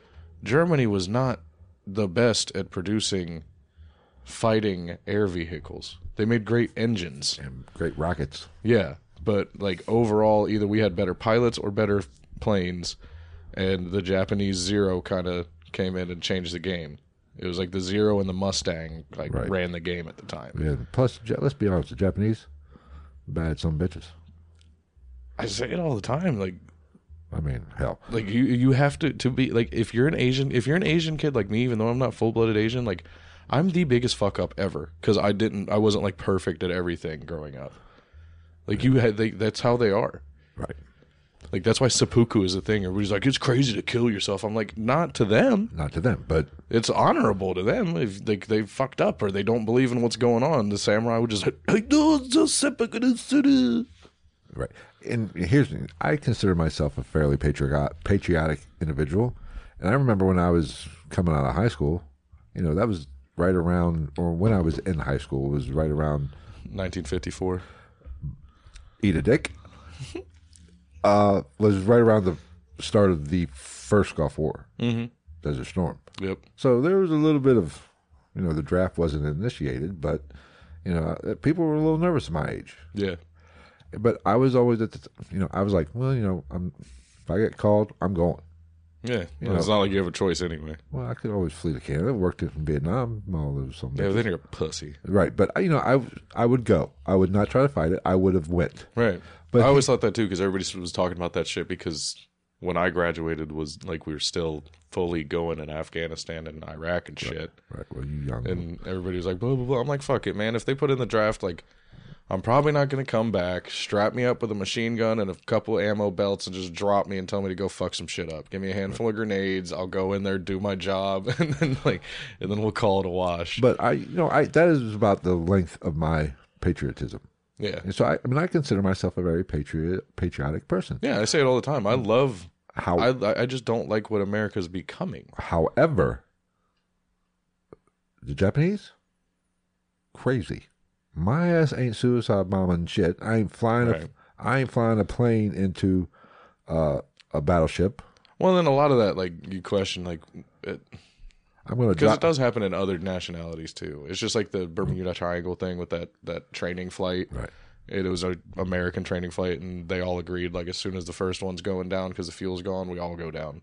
Speaker 2: Germany was not the best at producing fighting air vehicles. They made great engines.
Speaker 1: and great rockets.
Speaker 2: Yeah, but like overall, either we had better pilots or better planes, and the Japanese Zero kind of came in and changed the game. It was like the Zero and the Mustang like
Speaker 1: Right.
Speaker 2: ran the game at the time.
Speaker 1: Yeah. Plus, Ja- let's be honest, the Japanese Bad some bitches.
Speaker 2: I say it all the time. Like
Speaker 1: I mean, hell.
Speaker 2: like you you have to to be like if you're an asian if you're an asian kid like me even though i'm not full-blooded asian like i'm the biggest fuck up ever because i didn't i wasn't like perfect at everything growing up like you had they, that's how they are
Speaker 1: Right.
Speaker 2: like that's why seppuku is a thing everybody's like it's crazy to kill yourself i'm like not to them
Speaker 1: Not to them, but
Speaker 2: it's honorable to them if they, they fucked up or they don't believe in what's going on the samurai would just like "I do the seppuku no suru."
Speaker 1: Right. And here's the thing. I consider myself a fairly patriotic, patriotic individual. And I remember when I was coming out of high school, you know, that was right around, or when I was in high school, was right around
Speaker 2: 1954
Speaker 1: Eat a Dick. uh, was right around the start of the first Gulf War, mm-hmm. Desert Storm.
Speaker 2: yep
Speaker 1: So there was a little bit of, you know, the draft wasn't initiated, but, you know, uh, people were a little nervous at my age.
Speaker 2: yeah
Speaker 1: but I was always at the, t- you know, I was like, well, you know, I'm if I get called, I'm going.
Speaker 2: yeah it's not like you have a choice anyway
Speaker 1: Well, I could always flee to Canada. Worked in Vietnam, all those some
Speaker 2: yeah then you're a pussy
Speaker 1: right. But you know, I I would go. I would not try to fight it. I would have went.
Speaker 2: Right.
Speaker 1: But
Speaker 2: I always thought that too because everybody was talking about that shit because when I graduated was like we were still fully going in Afghanistan and Iraq and shit.
Speaker 1: Right. Well, you young.
Speaker 2: And everybody was like, blah, blah, blah. I'm like, fuck it, man. If they put in the draft, like, I'm probably not going to come back. Strap me up with a machine gun and a couple ammo belts and just drop me and tell me to go fuck some shit up. Give me a handful of grenades. I'll go in there, do my job, and then, like, and then we'll call it a wash.
Speaker 1: but I, you know, I that is about the length of my patriotism.
Speaker 2: yeah.
Speaker 1: And so I, I mean, I consider myself a very patriot patriotic person.
Speaker 2: Yeah. I say it all the time. I love,
Speaker 1: How,
Speaker 2: I, I just don't like what America's becoming.
Speaker 1: however, the Japanese, crazy. My ass ain't suicide bombing shit. I ain't flying.
Speaker 2: Right.
Speaker 1: A, I ain't flying a plane into uh, a battleship.
Speaker 2: Well, then a lot of that, like you question, like because
Speaker 1: I'm gonna
Speaker 2: it,
Speaker 1: drop.
Speaker 2: does happen in other nationalities too. It's just like the Bermuda Triangle thing with that that training flight.
Speaker 1: Right.
Speaker 2: It was a American training flight, and they all agreed like as soon as the first one's going down because the fuel's gone, we all go down.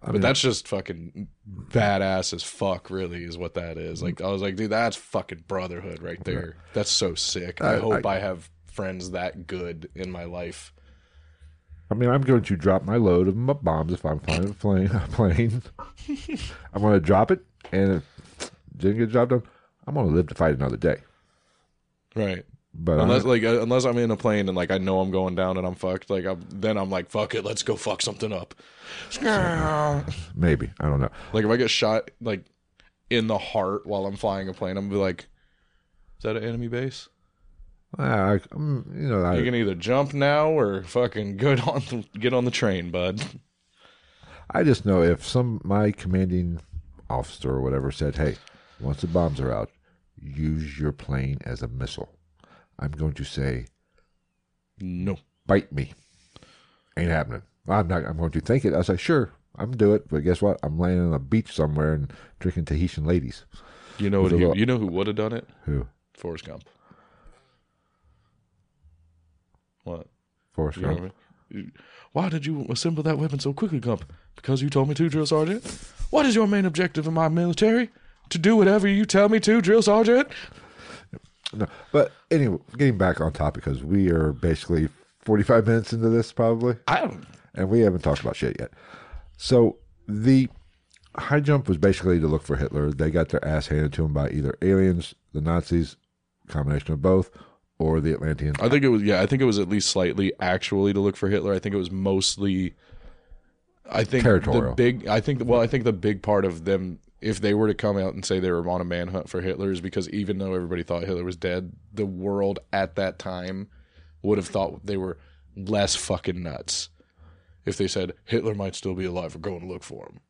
Speaker 1: I
Speaker 2: But
Speaker 1: mean,
Speaker 2: that's just fucking badass as fuck, really, is what that is. Like I was like, dude, that's fucking brotherhood right there. That's so sick. I,
Speaker 1: I-
Speaker 2: hope I have friends that good in my life.
Speaker 1: I mean, I'm going to drop my load of my bombs if I'm flying a plane. A plane. I'm gonna drop it, and if it didn't get dropped on. I'm gonna live to fight another day.
Speaker 2: Right.
Speaker 1: But I'm-
Speaker 2: Unless like uh, unless I'm in a plane and like I know I'm going down and I'm fucked, like I'm, then I'm like fuck it, let's go fuck something up. like
Speaker 1: maybe I don't know.
Speaker 2: if I get shot like in the heart while I'm flying a plane, I'm gonna be like, is that an enemy base?
Speaker 1: I, I, mm, you know, I,
Speaker 2: You can either jump now or fucking go on the, get on the train, bud.
Speaker 1: I just know if some my commanding officer or whatever said, "Hey, once the bombs are out, use your plane as a missile," I'm going to say,
Speaker 2: No,
Speaker 1: "Bite me." Ain't happening. I'm not. I'm going to think it. I was like, "Sure, I'm gonna do it," but guess what? I'm laying on a beach somewhere and drinking Tahitian ladies.
Speaker 2: you know what?
Speaker 1: With a
Speaker 2: Who,
Speaker 1: lot-
Speaker 2: you know who would have done it?
Speaker 1: Who?
Speaker 2: Forrest Gump. What?
Speaker 1: Forrest
Speaker 2: You know
Speaker 1: Gump.
Speaker 2: what I mean? Why did you assemble that weapon so quickly, Gump? Because you told me to, Drill Sergeant. What is your main objective in my military? To do whatever you tell me to, Drill Sergeant.
Speaker 1: No, but anyway, getting back on topic because we are basically 45 minutes into this probably.
Speaker 2: I don't.
Speaker 1: and we haven't talked about shit yet. So the high jump was basically to look for Hitler. They got their ass handed to them by either aliens, the Nazis, combination of both, or the Atlanteans.
Speaker 2: I think it was. Yeah, I think it was at least slightly actually to look for Hitler. I think it was mostly. I think the
Speaker 1: Territorial.
Speaker 2: big. I think. Well, I think the big part of them, if they were to come out and say they were on a manhunt for Hitler, is because even though everybody thought Hitler was dead, the world at that time would have thought they were less fucking nuts if they said Hitler might still be alive. We're going to look for him.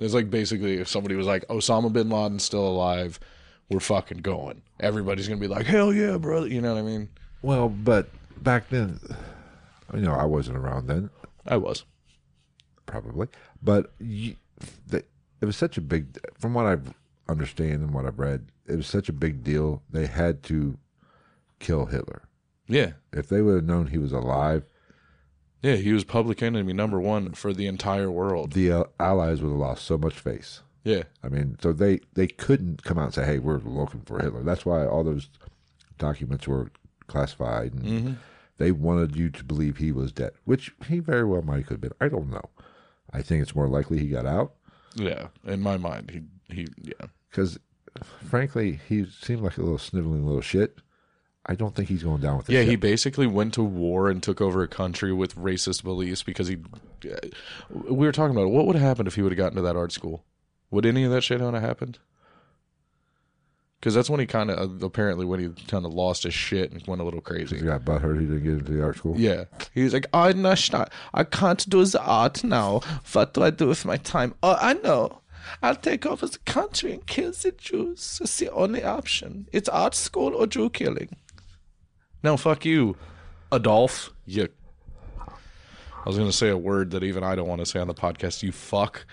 Speaker 2: It's like basically if somebody was like Osama bin Laden's still alive, we're fucking going. Everybody's gonna be like, hell yeah, brother. You know what I mean?
Speaker 1: Well, but back then, you know, I wasn't around then,
Speaker 2: I was.
Speaker 1: probably, but you, the, it was such a big, from what I understand and what I've read, it was such a big deal. They had to kill Hitler.
Speaker 2: Yeah.
Speaker 1: If they would have known he was alive,
Speaker 2: Yeah, he was public enemy number one for the entire world.
Speaker 1: the uh, Allies would have lost so much face.
Speaker 2: Yeah.
Speaker 1: I mean, so they they couldn't come out and say, "Hey, we're looking for Hitler." That's why all those documents were classified, and
Speaker 2: Mm-hmm.
Speaker 1: they wanted you to believe he was dead, which he very well might have been. I don't know. I think it's more likely he got out
Speaker 2: Yeah, in my mind, he he yeah.
Speaker 1: because, frankly, he seemed like a little sniveling little shit. I don't think he's going down with this.
Speaker 2: Yeah,
Speaker 1: shit.
Speaker 2: he basically went to war and took over a country with racist beliefs because he. uh, We were talking about it. what would have happened if he would have gotten to that art school. Would any of that shit have happened? Because that's when he kind of apparently when he kind of lost his shit and went a little
Speaker 1: he
Speaker 2: crazy.
Speaker 1: got butthurt. He didn't get into the art school.
Speaker 2: Yeah, he's like, "Oh, I know, it's not- I can't do the art now. What do I do with my time? Oh, I know. I'll take over the country and kill the Jews. It's the only option. It's art school or Jew killing. No, fuck you, Adolf. You. I was gonna say a word that even I don't want to say on the podcast. You fuck.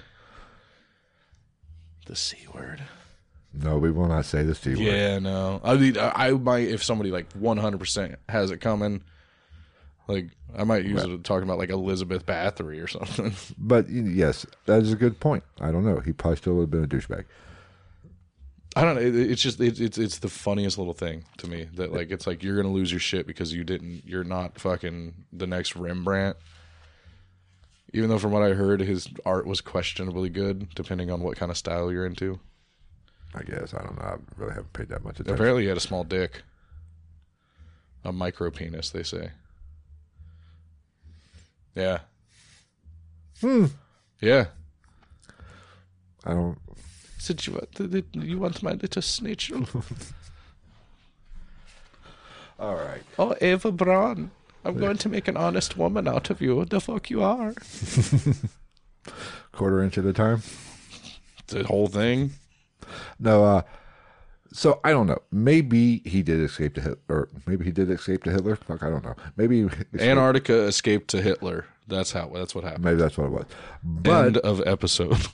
Speaker 2: The c word.
Speaker 1: No, we will not say this to you.
Speaker 2: Yeah, no. I mean, I, I might if somebody like 100% has it coming. Like I might use it talking about like Elizabeth Bathory or something.
Speaker 1: But y- yes, that is a good point. I don't know. He probably still would have been a douchebag.
Speaker 2: I don't know. It, it's just it, it's it's the funniest little thing to me that like it's like you're gonna lose your shit because you didn't. You're not fucking the next Rembrandt. Even though from what I heard, his art was questionably good, depending on what kind of style you're into.
Speaker 1: I guess I don't know. I really haven't paid that much attention.
Speaker 2: Apparently, he had a small dick, a micro penis. They say. Yeah. Hmm. Yeah.
Speaker 1: I don't.
Speaker 2: Since you want, you want my little snitch.
Speaker 1: All right.
Speaker 2: oh, Eva Braun. I'm going to make an honest woman out of you. The fuck you are.
Speaker 1: Quarter inch at a time.
Speaker 2: The whole thing.
Speaker 1: No. uh So I don't know. Maybe he did escape to Hitler, or maybe he did escape to Hitler. Fuck, I don't know. Maybe.
Speaker 2: Antarctica escaped to Hitler. That's how. That's what happened.
Speaker 1: Maybe that's what it was. But
Speaker 2: End of episode.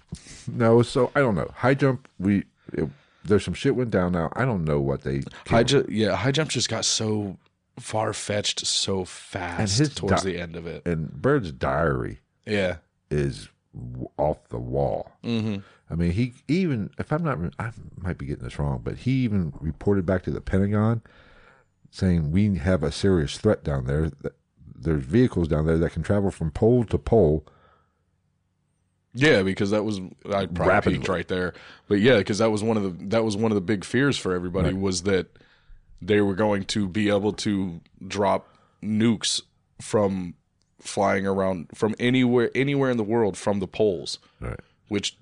Speaker 1: no. So I don't know. High jump. We. It, there's some shit went down now. I don't know what they.
Speaker 2: High ju- yeah, high jump just got so far fetched so fast
Speaker 1: his
Speaker 2: towards
Speaker 1: di-
Speaker 2: the end of it.
Speaker 1: and Bird's diary
Speaker 2: Yeah.
Speaker 1: is w- off the wall. Mm-hmm. I mean, he even if I'm not, re- I might be getting this wrong, but he even reported back to the Pentagon saying we have a serious threat down there. Th- There's vehicles down there that can travel from pole to pole.
Speaker 2: Yeah, because that was I probably
Speaker 1: Rapidly.
Speaker 2: peaked right there. But yeah, because that was one of the that was one of the big fears for everybody was that they were going to be able to drop nukes from flying around from anywhere anywhere in the world from the poles,
Speaker 1: Right.
Speaker 2: which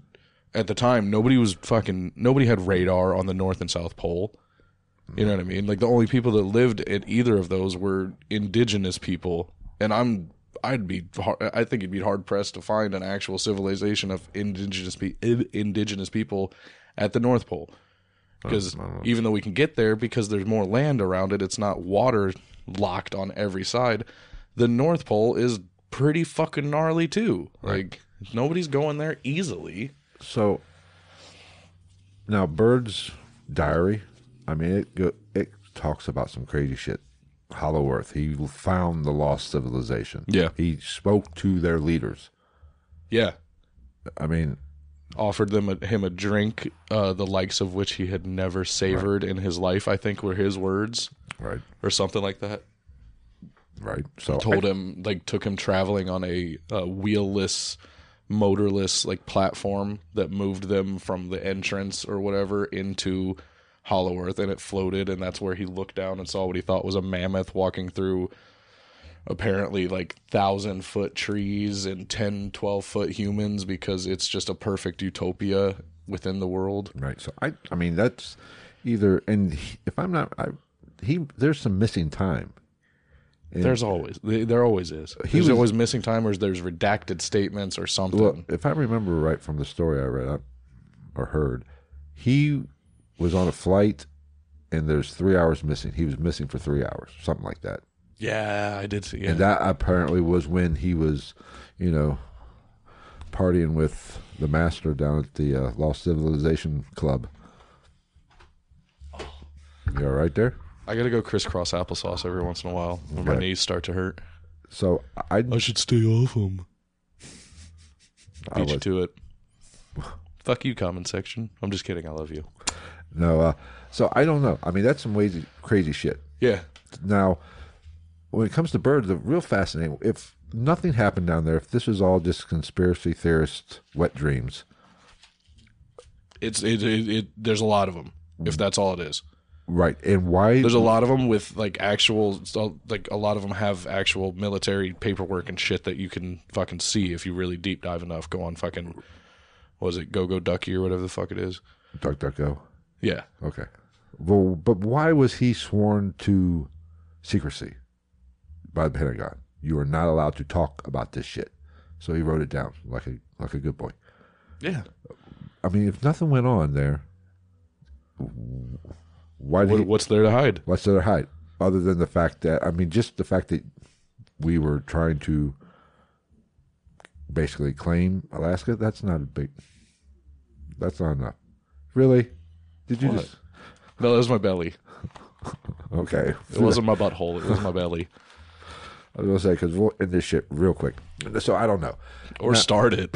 Speaker 2: at the time nobody was fucking nobody had radar on the north and south pole. You know what I mean? Like the only people that lived at either of those were indigenous people, and I'm I'd be hard, I think you'd be hard pressed to find an actual civilization of indigenous pe- indigenous people at the North Pole. Because even though we can get there, because there's more land around it, it's not water locked on every side. The North Pole is pretty fucking gnarly too. Like nobody's going there easily.
Speaker 1: So now Bird's diary, I mean, it go, it talks about some crazy shit. Hollow Earth. He found the lost civilization.
Speaker 2: Yeah.
Speaker 1: He spoke to their leaders.
Speaker 2: Yeah,
Speaker 1: I mean,
Speaker 2: offered them a, him a drink, uh, the likes of which he had never savored in his life. I think were his words
Speaker 1: right,
Speaker 2: or something like that.
Speaker 1: right. So I-
Speaker 2: Told him like took him traveling on a uh, wheelless, motorless like platform that moved them from the entrance or whatever into Hollow Earth, and it floated, and that's where he looked down and saw what he thought was a mammoth walking through apparently like thousand foot trees and 10 12 foot humans because it's just a perfect utopia within the world
Speaker 1: Right. So I, I mean, that's either, and he- if I'm not, I, he, there's some missing time.
Speaker 2: There's always th- there always is. He's
Speaker 1: was-
Speaker 2: always missing time, or there's redacted statements or something.
Speaker 1: Well, if I remember right from the story I read up or heard, he was on a flight and there's three hours missing. He was missing for three hours, something like that.
Speaker 2: yeah, I did see. Yeah,
Speaker 1: And that apparently was when he was, you know, partying with the master down at the uh, Lost Civilization Club. You all right there?
Speaker 2: I gotta go crisscross applesauce every once in a while when my
Speaker 1: Okay.
Speaker 2: knees start to hurt.
Speaker 1: So I,
Speaker 2: I should stay off them.
Speaker 1: I
Speaker 2: Beat you
Speaker 1: was
Speaker 2: to it. Fuck you, comment section. I'm just kidding. I love you.
Speaker 1: No, uh, so I don't know. I mean, that's some crazy, crazy shit.
Speaker 2: Yeah,
Speaker 1: Now, when it comes to birds, the real fascinating. If nothing happened down there, if this was all just conspiracy theorists' wet dreams,
Speaker 2: It's it, it, it there's a lot of them. If that's all it is,
Speaker 1: right? And why?
Speaker 2: there's a lot of them with like actual so- like a lot of them have actual military paperwork and shit that you can fucking see if you really deep dive enough. Go on fucking was it Go Go Ducky or whatever the fuck it is.
Speaker 1: Duck, duck, go.
Speaker 2: Yeah,
Speaker 1: Okay. Well, but why was he sworn to secrecy by the Pentagon? You are not allowed to talk about this shit. So he wrote it down like a like a good boy.
Speaker 2: yeah.
Speaker 1: I mean, if nothing went on there, why did
Speaker 2: What,
Speaker 1: he-
Speaker 2: what's there to hide?
Speaker 1: what's there to hide? Other than the fact that I mean, just the fact that we were trying to basically claim Alaska. That's not a big. That's not enough. Really? Did you
Speaker 2: What?
Speaker 1: just?
Speaker 2: No, that was my belly.
Speaker 1: Okay.
Speaker 2: It wasn't my butthole. It was my belly.
Speaker 1: I was gonna say because we'll end this shit real quick. So I don't know.
Speaker 2: Or start it.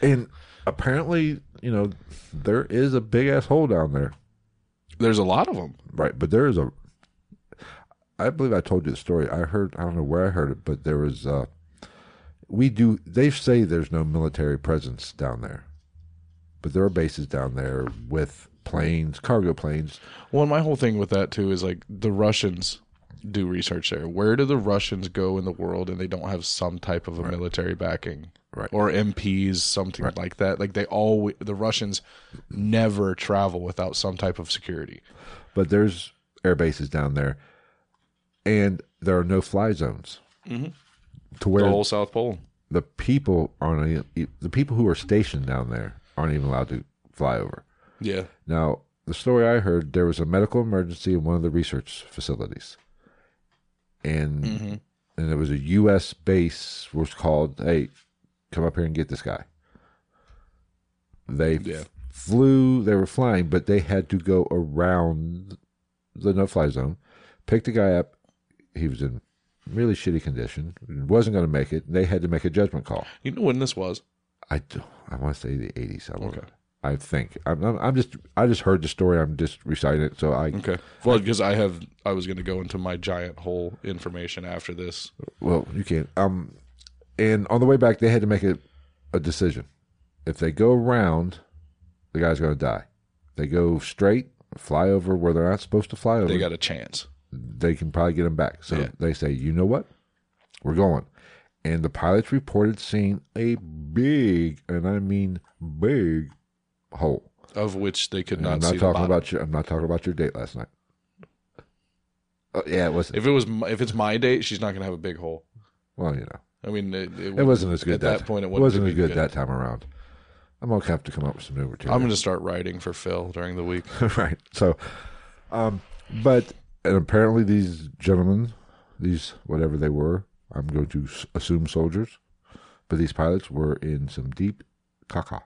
Speaker 1: And apparently, you know, there is a big ass hole down there,
Speaker 2: There's a lot of them.
Speaker 1: right? But there is a. I believe I told you the story. I heard. I don't know where I heard it, but there was. Uh, we do. They say there's no military presence down there, but there are bases down there with planes, cargo planes.
Speaker 2: Well, and my whole thing with that too is like the Russians do research there. Where do the Russians go in the world and they don't have some type of a military backing?
Speaker 1: Right.
Speaker 2: Or MPs, something like that. Like they all, the Russians never travel without some type of security.
Speaker 1: but there's air bases down there, and there are no fly zones. To where
Speaker 2: The whole South Pole.
Speaker 1: the people aren't e- the people who are stationed down there aren't even allowed to fly over.
Speaker 2: Yeah.
Speaker 1: Now, the story I heard there was a medical emergency in one of the research facilities, and and it was a U.S. base was called. Hey, come up here and get this guy. They f-
Speaker 2: Yeah.
Speaker 1: flew. They were flying, but they had to go around the no-fly zone. Pick the guy up. He was in really shitty condition. Wasn't going to make it. They had to make a judgment call.
Speaker 2: You know when this was?
Speaker 1: I do, I want to say the eighties. I okay. I think I'm, I'm. I'm just. I just heard the story. I'm just reciting it. So I.
Speaker 2: Okay. Well, because I have, I was going to go into my giant hole information after this.
Speaker 1: Well, you can't. Um, and on the way back, they had to make a, a decision. If they go around, the guy's going to die. They go straight, fly over where they're not supposed to fly over.
Speaker 2: They got a chance.
Speaker 1: they can probably get him back. So
Speaker 2: Yeah.
Speaker 1: they say, you know what? We're going. And the pilots reported seeing a big, and I mean big, hole.
Speaker 2: Of which they could
Speaker 1: And
Speaker 2: not,
Speaker 1: I'm
Speaker 2: see
Speaker 1: not
Speaker 2: the
Speaker 1: talking
Speaker 2: bottom.
Speaker 1: about your. I'm not talking about your date last night. Uh, yeah, it wasn't.
Speaker 2: If Oh, it was, m- if it's my date, she's not going to have a big hole.
Speaker 1: well, you know,
Speaker 2: I mean, it,
Speaker 1: it wasn't as good
Speaker 2: at that,
Speaker 1: ti-
Speaker 2: point. It
Speaker 1: it wasn't as
Speaker 2: even
Speaker 1: good, that time around. I'm gonna have to come up with some new material.
Speaker 2: I'm going to start writing for Phil during the week.
Speaker 1: right. So, um, but and apparently these gentlemen, these whatever they were, I'm going to s- assume soldiers, but these pilots were in some deep caca.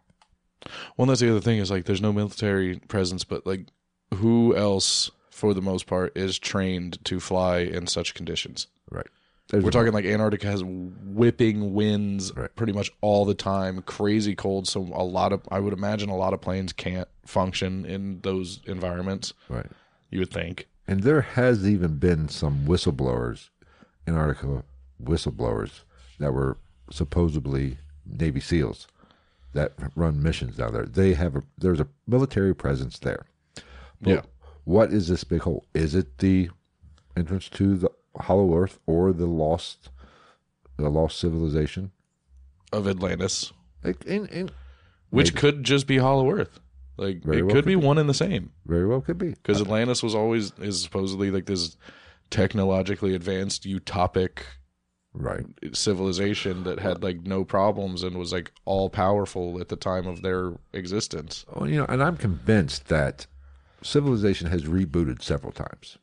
Speaker 2: Well, that's the other thing is like, there's no military presence, but like, who else, for the most part, is trained to fly in such conditions?
Speaker 1: Right. There's
Speaker 2: We're
Speaker 1: a-
Speaker 2: talking like Antarctica has whipping winds
Speaker 1: Right.
Speaker 2: pretty much all the time, crazy cold. So a lot of, I would imagine, a lot of planes can't function in those environments.
Speaker 1: right.
Speaker 2: You would think.
Speaker 1: And there has even been some whistleblowers, Antarctica whistleblowers, that were supposedly Navy SEALs that run missions down there. They have a there's a military presence there. But
Speaker 2: Yeah.
Speaker 1: What is this big hole? Is it the entrance to the Hollow Earth or the lost the lost civilization?
Speaker 2: Of Atlantis,
Speaker 1: It, in, in,
Speaker 2: which could just be Hollow Earth. Like
Speaker 1: Very
Speaker 2: it
Speaker 1: well
Speaker 2: could
Speaker 1: could
Speaker 2: be one and the same.
Speaker 1: very well could be.
Speaker 2: because Atlantis was always is supposedly like this technologically advanced utopic
Speaker 1: Right.
Speaker 2: civilization that had like no problems and was like all powerful at the time of their existence.
Speaker 1: Oh, you know, and I'm convinced that civilization has rebooted several times.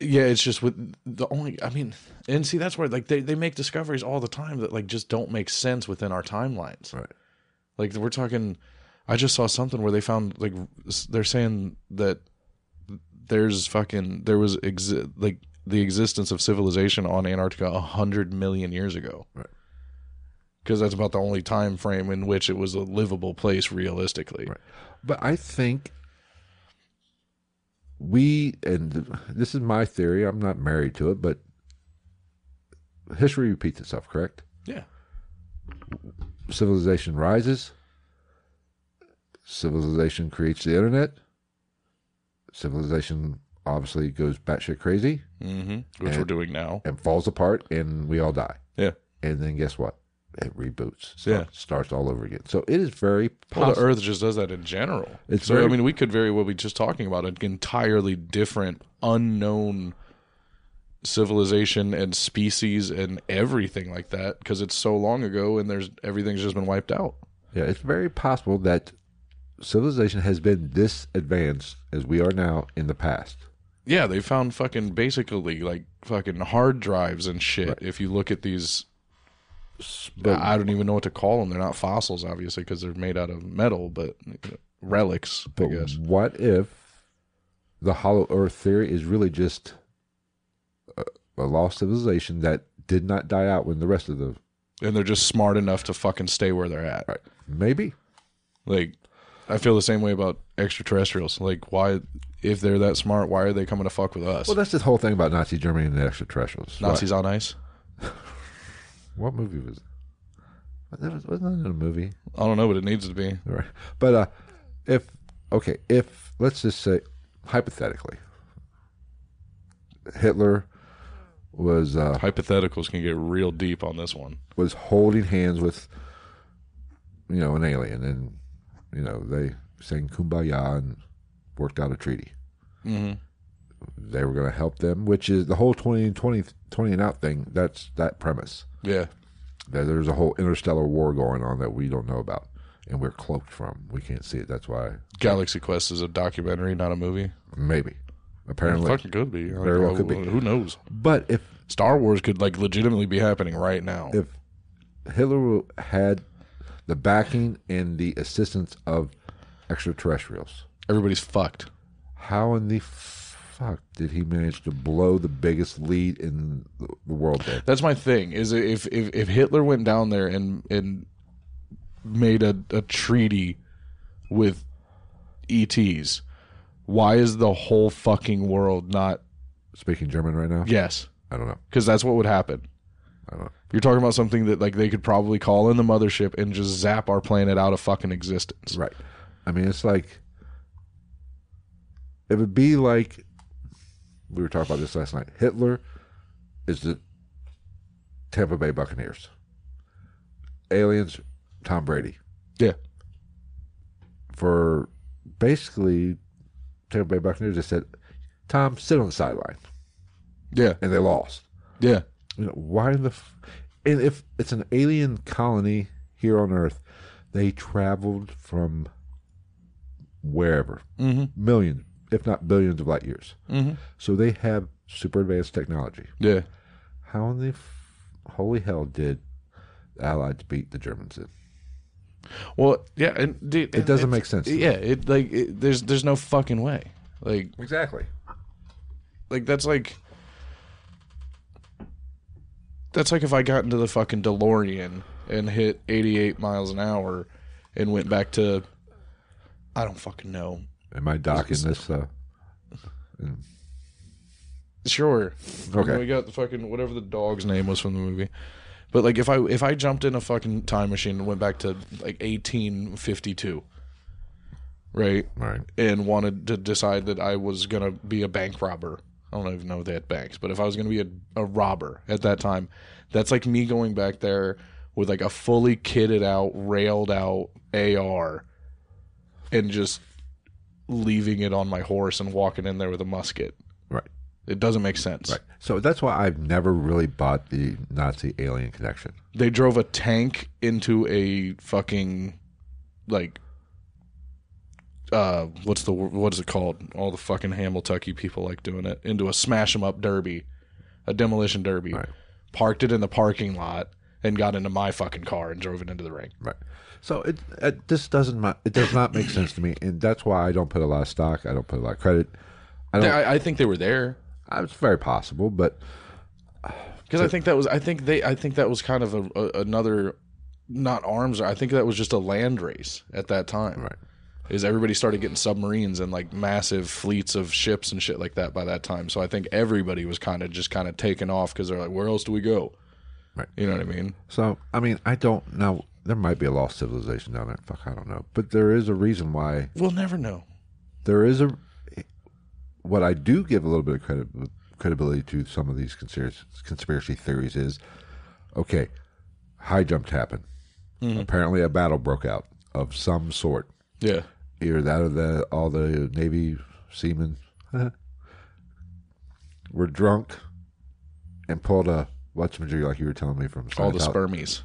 Speaker 2: Yeah, it's just with the only I mean, and see that's where like they they make discoveries all the time that like just don't make sense within our timelines.
Speaker 1: Right.
Speaker 2: Like we're talking, I just saw something where they found like s- they're saying that there's fucking there was exi- like the existence of civilization on Antarctica a hundred million years ago.
Speaker 1: Right.
Speaker 2: Because that's about the only time frame in which it was a livable place realistically.
Speaker 1: Right. But I think we and this is my theory. I'm not married to it, but history repeats itself. Correct?
Speaker 2: Yeah.
Speaker 1: Civilization rises. Civilization creates the internet. Civilization obviously goes batshit crazy
Speaker 2: Mm-hmm. Which we're doing now.
Speaker 1: and falls apart, and we all die.
Speaker 2: Yeah.
Speaker 1: And then guess what? It reboots.
Speaker 2: Yeah.
Speaker 1: Start- Starts all over again. So it is very
Speaker 2: Well, the
Speaker 1: possible.
Speaker 2: Earth just does that in general.
Speaker 1: It's
Speaker 2: so,
Speaker 1: very-
Speaker 2: I mean, we could very well be just talking about an entirely different, unknown civilization and species and everything like that because it's so long ago and there's everything's just been wiped out.
Speaker 1: yeah, it's very possible that civilization has been this advanced as we are now in the past.
Speaker 2: Yeah, they found fucking basically like fucking hard drives and shit. If you look at these,
Speaker 1: But
Speaker 2: I don't even know what to call them. They're not fossils, obviously, because they're made out of metal, but relics, I
Speaker 1: But
Speaker 2: guess.
Speaker 1: what if the hollow earth theory is really just a, a lost civilization that did not die out when the rest of the
Speaker 2: And they're just smart enough to fucking stay where they're at.
Speaker 1: maybe
Speaker 2: Like, I feel the same way about extraterrestrials. Like, why, if they're that smart, why are they coming to fuck with us?
Speaker 1: well that's the whole thing about Nazi Germany and the extraterrestrials.
Speaker 2: Nazis on ice?
Speaker 1: What, what movie was it? That was wasn't that in a movie?
Speaker 2: I don't know, but it needs to be.
Speaker 1: All right. But uh, if okay, if let's just say hypothetically, Hitler was uh,
Speaker 2: Hypotheticals can get real deep on this one.
Speaker 1: was holding hands with you know an alien, and you know they sang kumbaya and worked out a treaty. Mm-hmm. They were going to help them, which is the whole 20, 20, 20 and out thing. That's that premise.
Speaker 2: Yeah.
Speaker 1: There- There's a whole interstellar war going on that we don't know about, and we're cloaked from. We can't see it. That's why
Speaker 2: Galaxy Quest is a documentary, not a movie.
Speaker 1: Maybe. Apparently.
Speaker 2: Fucking could be. Like,
Speaker 1: Very well could be.
Speaker 2: Who knows?
Speaker 1: But if
Speaker 2: Star Wars could like legitimately be happening right now.
Speaker 1: if Hitler had the backing and the assistance of extraterrestrials,
Speaker 2: Everybody's fucked.
Speaker 1: how in the fuck did he manage to blow the biggest lead in the- the world then?
Speaker 2: That's my thing. Is if if, if Hitler went down there and and made a, a treaty with ETs, why is the whole fucking world not
Speaker 1: Speaking German right now?
Speaker 2: yes?
Speaker 1: I don't know.
Speaker 2: Because that's what would happen.
Speaker 1: I don't know.
Speaker 2: You're talking about something that like they could probably call in the mothership and just zap our planet out of fucking existence.
Speaker 1: Right. I mean, it's like it would be like we were talking about this last night. Hitler is the Tampa Bay Buccaneers. Aliens, Tom Brady.
Speaker 2: Yeah.
Speaker 1: For basically, Tampa Bay Buccaneers, they said, "Tom, sit on the sideline,"
Speaker 2: Yeah.
Speaker 1: and they lost.
Speaker 2: Yeah.
Speaker 1: You know, why the? F- and if it's an alien colony here on Earth, they traveled from wherever,
Speaker 2: Mm-hmm.
Speaker 1: millions, if not billions of light years.
Speaker 2: Mm-hmm.
Speaker 1: So they have super advanced technology.
Speaker 2: Yeah.
Speaker 1: How in the f- holy hell did the Allied beat the Germans in?
Speaker 2: Well, yeah, and dude,
Speaker 1: It
Speaker 2: and
Speaker 1: doesn't
Speaker 2: it's-
Speaker 1: make sense to me.
Speaker 2: Yeah, it like it, there's there's no fucking way. Like
Speaker 1: Exactly.
Speaker 2: like that's like that's like if I got into the fucking DeLorean and hit 88 miles an hour and went back to I don't fucking know.
Speaker 1: Am I docking this? Mm, Uh,
Speaker 2: Sure.
Speaker 1: Okay.
Speaker 2: We got the fucking whatever the dog's name was from the movie. But like if I if I jumped in a fucking time machine and went back to like 1852. Right?
Speaker 1: all right.
Speaker 2: and wanted to decide that I was going to be a bank robber. I don't even know if they had banks, but if I was going to be a, a robber at that time, that's like me going back there with like a fully kitted out, railed out AR and just leaving it on my horse and walking in there with a musket.
Speaker 1: Right.
Speaker 2: It doesn't make sense.
Speaker 1: Right. So that's why I've never really bought the Nazi alien connection.
Speaker 2: They drove a tank into a fucking like uh what's the what's it called? All the fucking Hamiltucky people like doing it into a smash 'em up derby, a demolition derby.
Speaker 1: Right.
Speaker 2: Parked it in the parking lot and got into my fucking car and drove it into the ring.
Speaker 1: Right. So it, it this doesn't ma- it does not make sense to me, and that's why I don't put a lot of stock. I don't put a lot of credit. I don't.
Speaker 2: I, I think they were there
Speaker 1: I, it's very possible, but
Speaker 2: because I think that was I think they I think that was kind of a, a another not arms. I think that was just a land race at that time.
Speaker 1: Right.
Speaker 2: is everybody started getting submarines and like massive fleets of ships and shit like that by that time. So I think everybody was kind of just kind of taken off because they're like, where else do we go?
Speaker 1: Right.
Speaker 2: You know what I mean?
Speaker 1: So, I mean, I don't know. There might be a lost civilization down there. Fuck, I don't know. But there is a reason why.
Speaker 2: We'll never know.
Speaker 1: There is a. What I do give a little bit of credit, credibility to some of these conspiracy, conspiracy theories is okay, high jumped happened. Apparently, a battle broke out of some sort.
Speaker 2: Yeah.
Speaker 1: either that or the all the Navy seamen were drunk and pulled a what's like you were telling me from
Speaker 2: All the
Speaker 1: Scientolo-
Speaker 2: spermies.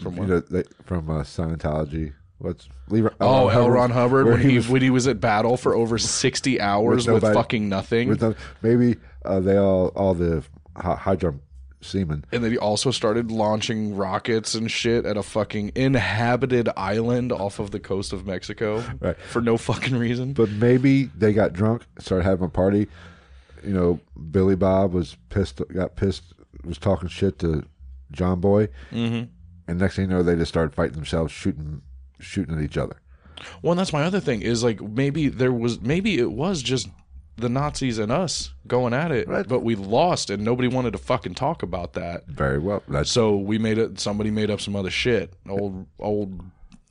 Speaker 2: From
Speaker 1: you
Speaker 2: what?
Speaker 1: know, they, from uh, Scientology. What's Leroy,
Speaker 2: Oh, L. Ron Hubbard
Speaker 1: where
Speaker 2: when he
Speaker 1: was-
Speaker 2: when he was at battle for over sixty hours
Speaker 1: With
Speaker 2: with,
Speaker 1: nobody-
Speaker 2: fucking nothing,
Speaker 1: with the- maybe uh, they all all the hi- high jump seamen.
Speaker 2: and then he also started launching rockets and shit at a fucking inhabited island off of the coast of Mexico
Speaker 1: Right.
Speaker 2: for no fucking reason.
Speaker 1: But maybe they got drunk, started having a party. You know, Billy Bob was pissed, got pissed, was talking shit to John Boy,
Speaker 2: Mhm.
Speaker 1: and next thing you know, they just started fighting themselves, shooting, shooting at each other.
Speaker 2: Well, and that's my other thing is like maybe there was maybe it was just the Nazis and us going at it,
Speaker 1: Right.
Speaker 2: but we lost and nobody wanted to fucking talk about that.
Speaker 1: Very well. That's
Speaker 2: So we made it. Somebody made up some other shit. Old old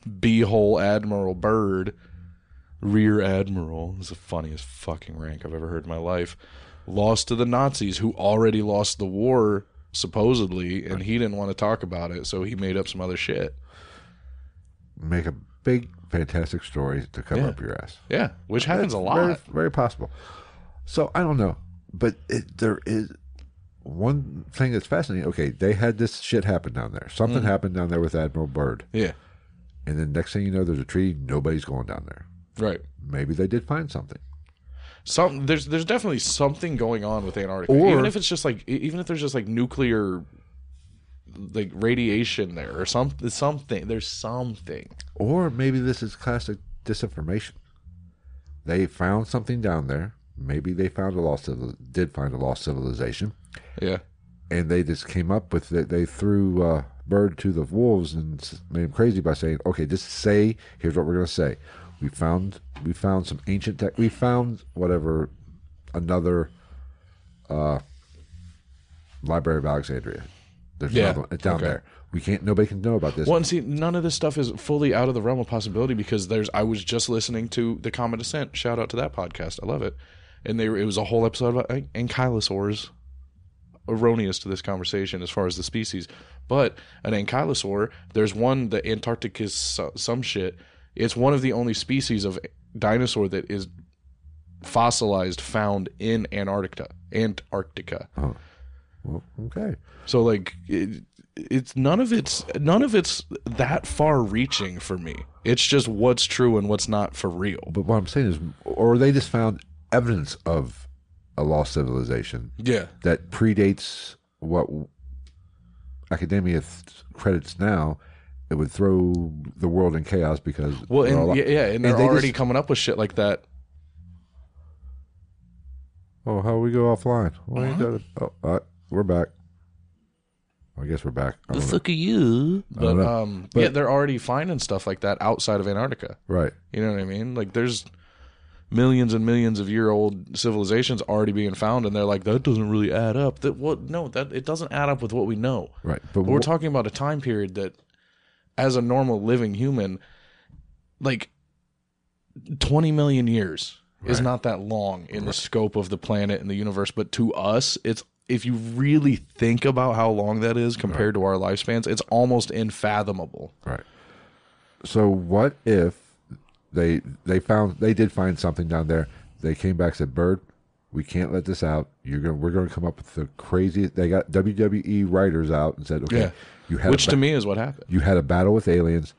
Speaker 2: beehole Admiral Byrd, Rear Admiral is the funniest fucking rank I've ever heard in my life. Lost to the Nazis, who already lost the war supposedly, and he didn't want to talk about it, so he made up some other shit.
Speaker 1: make a big, fantastic story to cover up your ass.
Speaker 2: Yeah, which happens a lot.
Speaker 1: Very, very possible. So I don't know, but it, there is one thing that's fascinating. Okay, they had this shit happen down there. Something happened down there with Admiral Byrd,
Speaker 2: yeah,
Speaker 1: and then next thing you know, there's a treaty. Nobody's going down there.
Speaker 2: right.
Speaker 1: maybe they did find something.
Speaker 2: Some there's there's definitely something going on with Antarctica,
Speaker 1: Or-
Speaker 2: even if it's just like e- even if there's just like nuclear, like radiation there or something. Something there's something.
Speaker 1: Or maybe this is classic disinformation. They found something down there. Maybe they found a lost civil- did find a lost civilization,
Speaker 2: Yeah.
Speaker 1: and they just came up with it. They threw uh, bird to the wolves and s- made him crazy by saying, "Okay, just say here's what we're going to say. We found we found some ancient tech. We found whatever another uh, Library of Alexandria. There's
Speaker 2: Yeah,
Speaker 1: another one. It's down
Speaker 2: okay.
Speaker 1: there. We can't. Nobody can know about this.
Speaker 2: Well, and see, none of this stuff is fully out of the realm of possibility because there's. I was just listening to the Common Descent. Shout out to that podcast. I love it. And they were, it was a whole episode about an- ankylosaurs. Erroneous to this conversation as far as the species, but an ankylosaur. There's one, the Antarcticus so- some shit. It's one of the only species of dinosaur that is fossilized found in Antarctica. Antarctica.
Speaker 1: Well, okay.
Speaker 2: So like it, it's none of it's none of it's that far reaching for me. It's just what's true and what's not for real.
Speaker 1: But what I'm saying is, or they just found evidence of a lost civilization
Speaker 2: Yeah.
Speaker 1: that predates what academia th- credits now. It would throw the world in chaos because
Speaker 2: Well,
Speaker 1: we're all-
Speaker 2: and yeah, yeah, and they're
Speaker 1: they just-
Speaker 2: already coming up with shit like that.
Speaker 1: oh, how we go offline? Why ain't that a- oh, all right, we're back. I guess we're back. I don't know.
Speaker 2: fuck are you? But
Speaker 1: know.
Speaker 2: um, yeah, they're already finding stuff like that outside of Antarctica.
Speaker 1: Right.
Speaker 2: You know what I mean? Like there's millions and millions of year old civilizations already being found, and they're like, that doesn't really add up. That what? No, that it doesn't add up with what we know.
Speaker 1: Right.
Speaker 2: But we're
Speaker 1: wh-
Speaker 2: talking about a time period that, as a normal living human, like 20 million years is not that long in the scope of the planet and the universe. But to us, it's if you really think about how long that is compared to our lifespans, it's almost unfathomable.
Speaker 1: Right. So what if they they found they did find something down there? They came back said, "Bird, we can't let this out. You're going to we're going to come up with the craziest." They got WWE writers out and said, "Okay,
Speaker 2: Yeah.
Speaker 1: you had
Speaker 2: Which
Speaker 1: a ba-
Speaker 2: to me is what happened.
Speaker 1: you had a battle with aliens."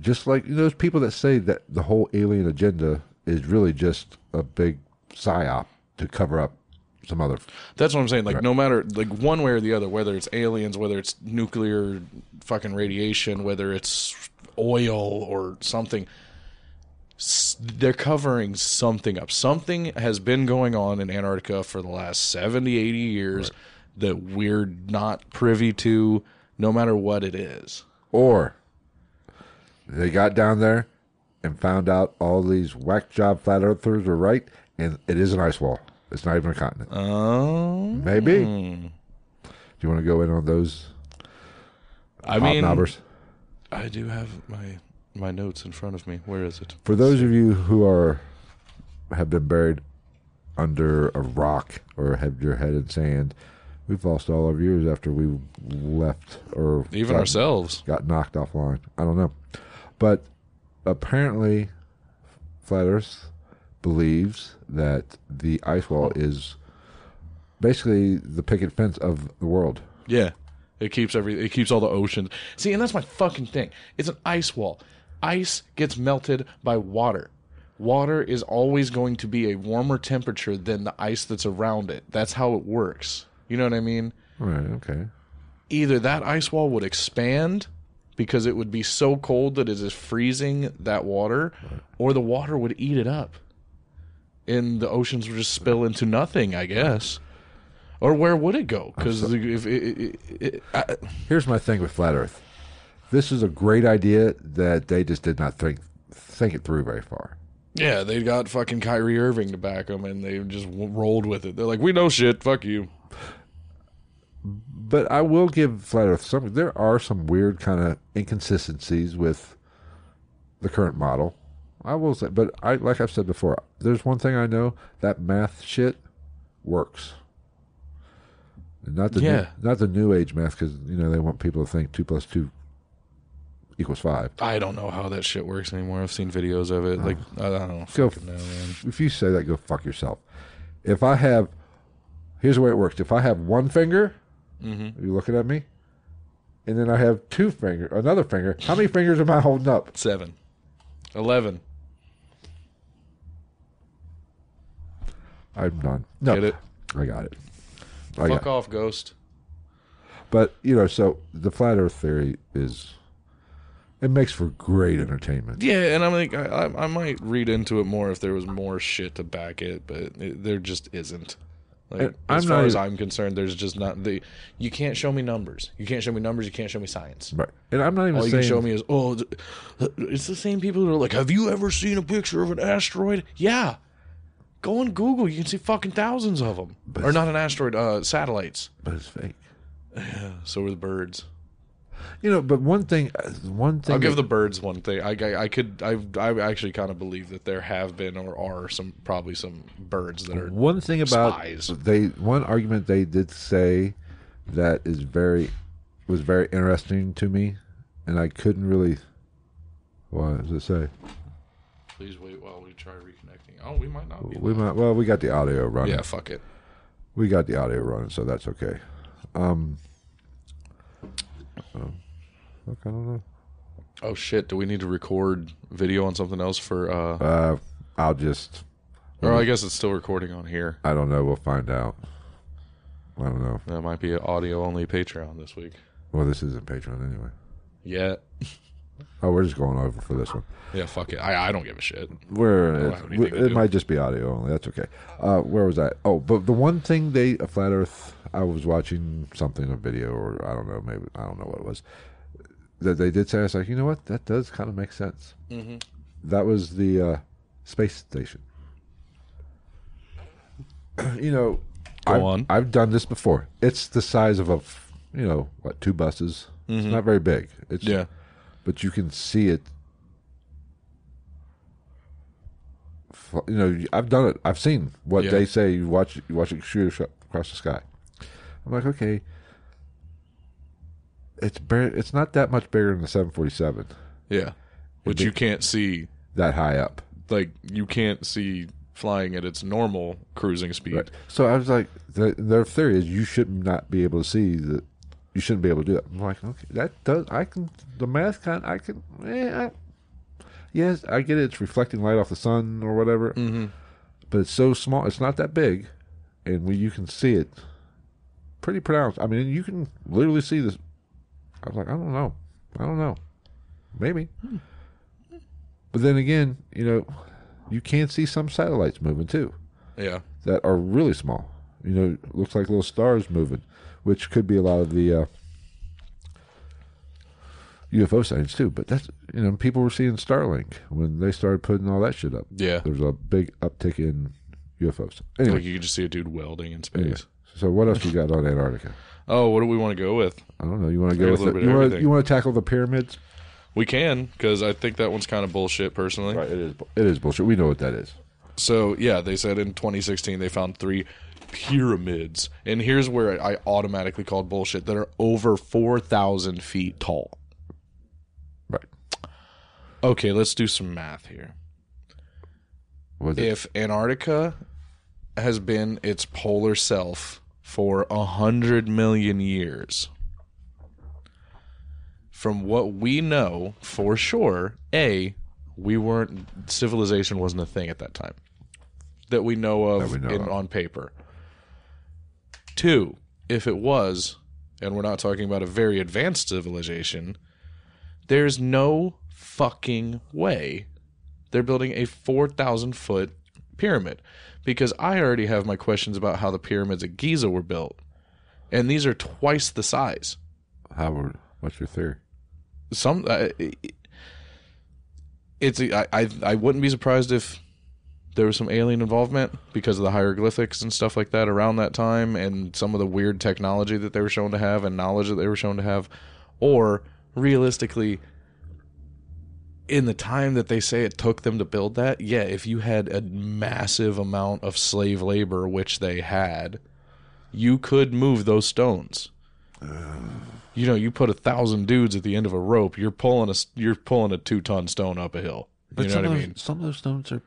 Speaker 1: Just like those people that say that the whole alien agenda is really just a big psyop to cover up some other
Speaker 2: That's what I'm saying. Like, no matter, like, one way or the other, whether it's aliens, whether it's nuclear fucking radiation, whether it's oil or something, s- they're covering something up. Something has been going on in Antarctica for the last 70, 80 years that we're not privy to, no matter what it is.
Speaker 1: Or they got down there, and found out all these whack job flat earthers were right, and it is an ice wall. It's not even a continent.
Speaker 2: Um,
Speaker 1: Maybe. Do you want to go in on those
Speaker 2: I mean,
Speaker 1: hobnobbers?
Speaker 2: I do have my my notes in front of me. Where is it?
Speaker 1: For those of you who are have been buried under a rock or have your head in sand, we've lost all our viewers after we left or
Speaker 2: Even
Speaker 1: got-
Speaker 2: ourselves.
Speaker 1: got knocked offline. I don't know, but apparently, Flat Earth believes that the ice wall is basically the picket fence of the world.
Speaker 2: Yeah. It keeps every it keeps all the oceans. See, and that's my fucking thing. It's an ice wall. Ice gets melted by water. Water is always going to be a warmer temperature than the ice that's around it. That's how it works. You know what I mean?
Speaker 1: All right. Okay.
Speaker 2: Either that ice wall would expand because it would be so cold that it is freezing that water, or the water would eat it up. And the oceans would just spill into nothing, I guess. Or where would it go? Because if it, it, it, I,
Speaker 1: Here's my thing with Flat Earth. This is a great idea that they just did not think think it through very far.
Speaker 2: Yeah, they got fucking Kyrie Irving to back them, and they just w- rolled with it. They're like, "We know shit. Fuck you."
Speaker 1: But I will give Flat Earth some. There are some weird kind of inconsistencies with the current model. I will say, but I like I've said before, there's one thing I know that math shit works. Not the
Speaker 2: Yeah.
Speaker 1: new, not the new age math because you know they want people to think two plus two equals five.
Speaker 2: I don't know how that shit works anymore. I've seen videos of it. Like, I I don't
Speaker 1: go.
Speaker 2: fucking know. Man.
Speaker 1: If you say that, go fuck yourself. If I have, here's the way it works. If I have one finger,
Speaker 2: Mm-hmm.
Speaker 1: are you looking at me? And then I have two finger, another finger. How many fingers am I holding up?
Speaker 2: Seven, eleven.
Speaker 1: I'm done. No,
Speaker 2: Get it?
Speaker 1: I got it. I
Speaker 2: Fuck
Speaker 1: got it.
Speaker 2: off, ghost.
Speaker 1: But you know, so the flat Earth theory is, it makes for great entertainment.
Speaker 2: Yeah, and I'm like, I, I, I might read into it more if there was more shit to back it, but it, there just isn't. Like,
Speaker 1: I-
Speaker 2: as
Speaker 1: I'm
Speaker 2: far
Speaker 1: not e-
Speaker 2: as
Speaker 1: even-
Speaker 2: I'm concerned, there's just not the. You can't show me numbers. You can't show me numbers. You can't show me science.
Speaker 1: Right. And I'm not even
Speaker 2: All you
Speaker 1: saying
Speaker 2: can show me is, oh, th- it's the same people that are like, have you ever seen a picture of an asteroid? Yeah. Go on Google. You can see fucking thousands of them. or not an asteroid, uh, satellites.
Speaker 1: but it's fake.
Speaker 2: So are the birds.
Speaker 1: You know, but one thing, one thing.
Speaker 2: I'll give
Speaker 1: that-
Speaker 2: the birds one thing. I, I, I could, I, I actually kind of believe that there have been or are some, probably some birds that are.
Speaker 1: One thing about
Speaker 2: spies.
Speaker 1: they one argument they did say that is very was very interesting to me, and I couldn't really. What does it say?
Speaker 2: Please wait while we try reconnecting. Oh, we might not be.
Speaker 1: We might. Well, we got the audio running.
Speaker 2: Yeah, fuck it.
Speaker 1: We got the audio running, so that's okay. Um. um, look, I don't know.
Speaker 2: Oh shit! Do we need to record video on something else for? uh
Speaker 1: Uh, I'll just.
Speaker 2: Or I guess it's still recording on here.
Speaker 1: I don't know. We'll find out. I don't know.
Speaker 2: That might be an audio only Patreon this week.
Speaker 1: Well, this isn't Patreon anyway.
Speaker 2: Yeah.
Speaker 1: Oh, we're just going over for this one.
Speaker 2: Yeah, fuck it. I, I don't give a shit.
Speaker 1: Where
Speaker 2: have
Speaker 1: it,
Speaker 2: anything to
Speaker 1: it
Speaker 2: do.
Speaker 1: might just be audio only. That's okay. Uh, where was I? Oh, but the one thing they a flat Earth. I was watching something, a video, or I don't know, maybe I don't know what it was. That they did say, I was like, you know what? That does kind of make sense.
Speaker 2: Mm-hmm.
Speaker 1: That was the uh, space station. you know,
Speaker 2: Go
Speaker 1: I've,
Speaker 2: on.
Speaker 1: I've done this before. It's the size of a, f- you know, what two buses. It's not very big. It's
Speaker 2: Mm-hmm. Yeah.
Speaker 1: but you can see it. F- You know, I've done it. I've seen what
Speaker 2: Yeah.
Speaker 1: they say. You watch, you watch it shoot sh- across the sky. I'm like, okay, it's bar- it's not that much bigger than the 747
Speaker 2: Yeah. Which you can't see.
Speaker 1: that high up.
Speaker 2: Like, you can't see flying at its normal cruising speed.
Speaker 1: So I was like, the, their theory is you should not be able to see the, you shouldn't be able to do that. I'm like, okay, that does I can the math kind I can yeah, I- yes I get it. It's reflecting light off the sun or whatever, mm-hmm. but it's so small. It's not that big, and when you can see it, pretty pronounced. I mean, you can literally see this. I was like, I don't know, I don't know, maybe. But then again, you know, you can see some satellites moving too
Speaker 2: Yeah.
Speaker 1: that are really small. You know, looks like little stars moving, which could be a lot of the. Uh, UFO sightings too. But that's you know people were seeing Starlink when they started putting all that shit up.
Speaker 2: Yeah.
Speaker 1: There was a big uptick in UFOs. Anyway,
Speaker 2: Like you could just see a dude welding in space.
Speaker 1: anyway so what else we got on Antarctica?
Speaker 2: Oh, what do we want to go with?
Speaker 1: I don't know. You want to
Speaker 2: got
Speaker 1: go
Speaker 2: a
Speaker 1: with
Speaker 2: little
Speaker 1: the,
Speaker 2: bit of
Speaker 1: you want
Speaker 2: everything.
Speaker 1: you want to tackle the pyramids?
Speaker 2: We can because I think that one's kind of bullshit personally.
Speaker 1: Right, it is bu- it is bullshit. We know what that is.
Speaker 2: So yeah, they said in 2016 they found three pyramids, and here's where I automatically called bullshit that are over 4,000 feet tall.
Speaker 1: Right.
Speaker 2: Okay, let's do some math here.
Speaker 1: Was it?
Speaker 2: If Antarctica has been its polar self for a hundred million years, from what we know for sure, a we weren't civilization wasn't a thing at that time that we know of,
Speaker 1: That we know
Speaker 2: in,
Speaker 1: of.
Speaker 2: on paper. Two, if it was, and we're not talking about a very advanced civilization, there's no fucking way they're building a 4,000 foot pyramid because I already have my questions about how the pyramids at Giza were built. And these are twice the size.
Speaker 1: Howard, what's your theory?
Speaker 2: Some, uh, it's I, I I wouldn't be surprised if there was some alien involvement because of the hieroglyphics and stuff like that around that time, and some of the weird technology that they were shown to have and knowledge that they were shown to have, or realistically, in the time that they say it took them to build that, yeah, if you had a massive amount of slave labor, which they had, you could move those stones. You know, you put a thousand dudes at the end of a rope, you're pulling a s- you're pulling a two ton stone up a hill. You know
Speaker 1: some,
Speaker 2: what I
Speaker 1: of those,
Speaker 2: mean?
Speaker 1: some of those stones are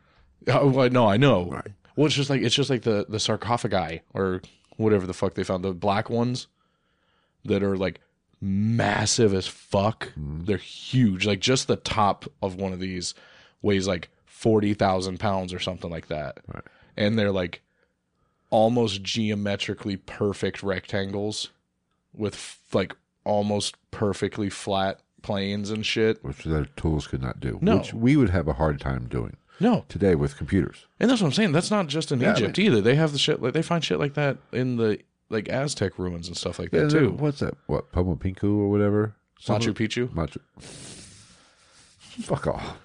Speaker 2: Oh, well, no, I know. Well, it's just like it's just like the the sarcophagi or whatever the fuck they found the black ones that are like massive as fuck. They're huge. Like just the top of one of these weighs like forty thousand pounds or something like that,
Speaker 1: Right.
Speaker 2: and they're like almost geometrically perfect rectangles with f- like almost perfectly flat planes and shit.
Speaker 1: which their tools could not do,
Speaker 2: No.
Speaker 1: which we would have a hard time doing
Speaker 2: No,
Speaker 1: today with computers.
Speaker 2: And that's what I'm saying. That's not just in
Speaker 1: Yeah, I
Speaker 2: Egypt either. They have the shit like they find shit like that in the like Aztec ruins and stuff like
Speaker 1: Yeah,
Speaker 2: that too.
Speaker 1: What's that? What Pinku or whatever? Some
Speaker 2: Machu
Speaker 1: of-
Speaker 2: Picchu,
Speaker 1: Machu. Fuck off.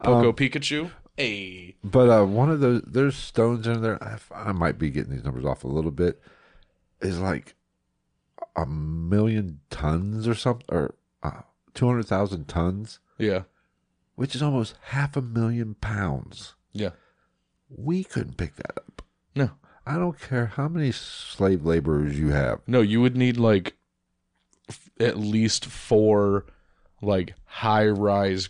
Speaker 1: Um,
Speaker 2: Poco Pikachu. Hey,
Speaker 1: But uh, one of those, there's stones in there. I, f- I might be getting these numbers off a little bit. Is like a million tons or something, or uh, two hundred thousand tons,
Speaker 2: yeah,
Speaker 1: which is almost half a million pounds.
Speaker 2: yeah,
Speaker 1: We couldn't pick that up.
Speaker 2: no,
Speaker 1: I don't care how many slave laborers you have.
Speaker 2: no. You would need like f- at least four like high rise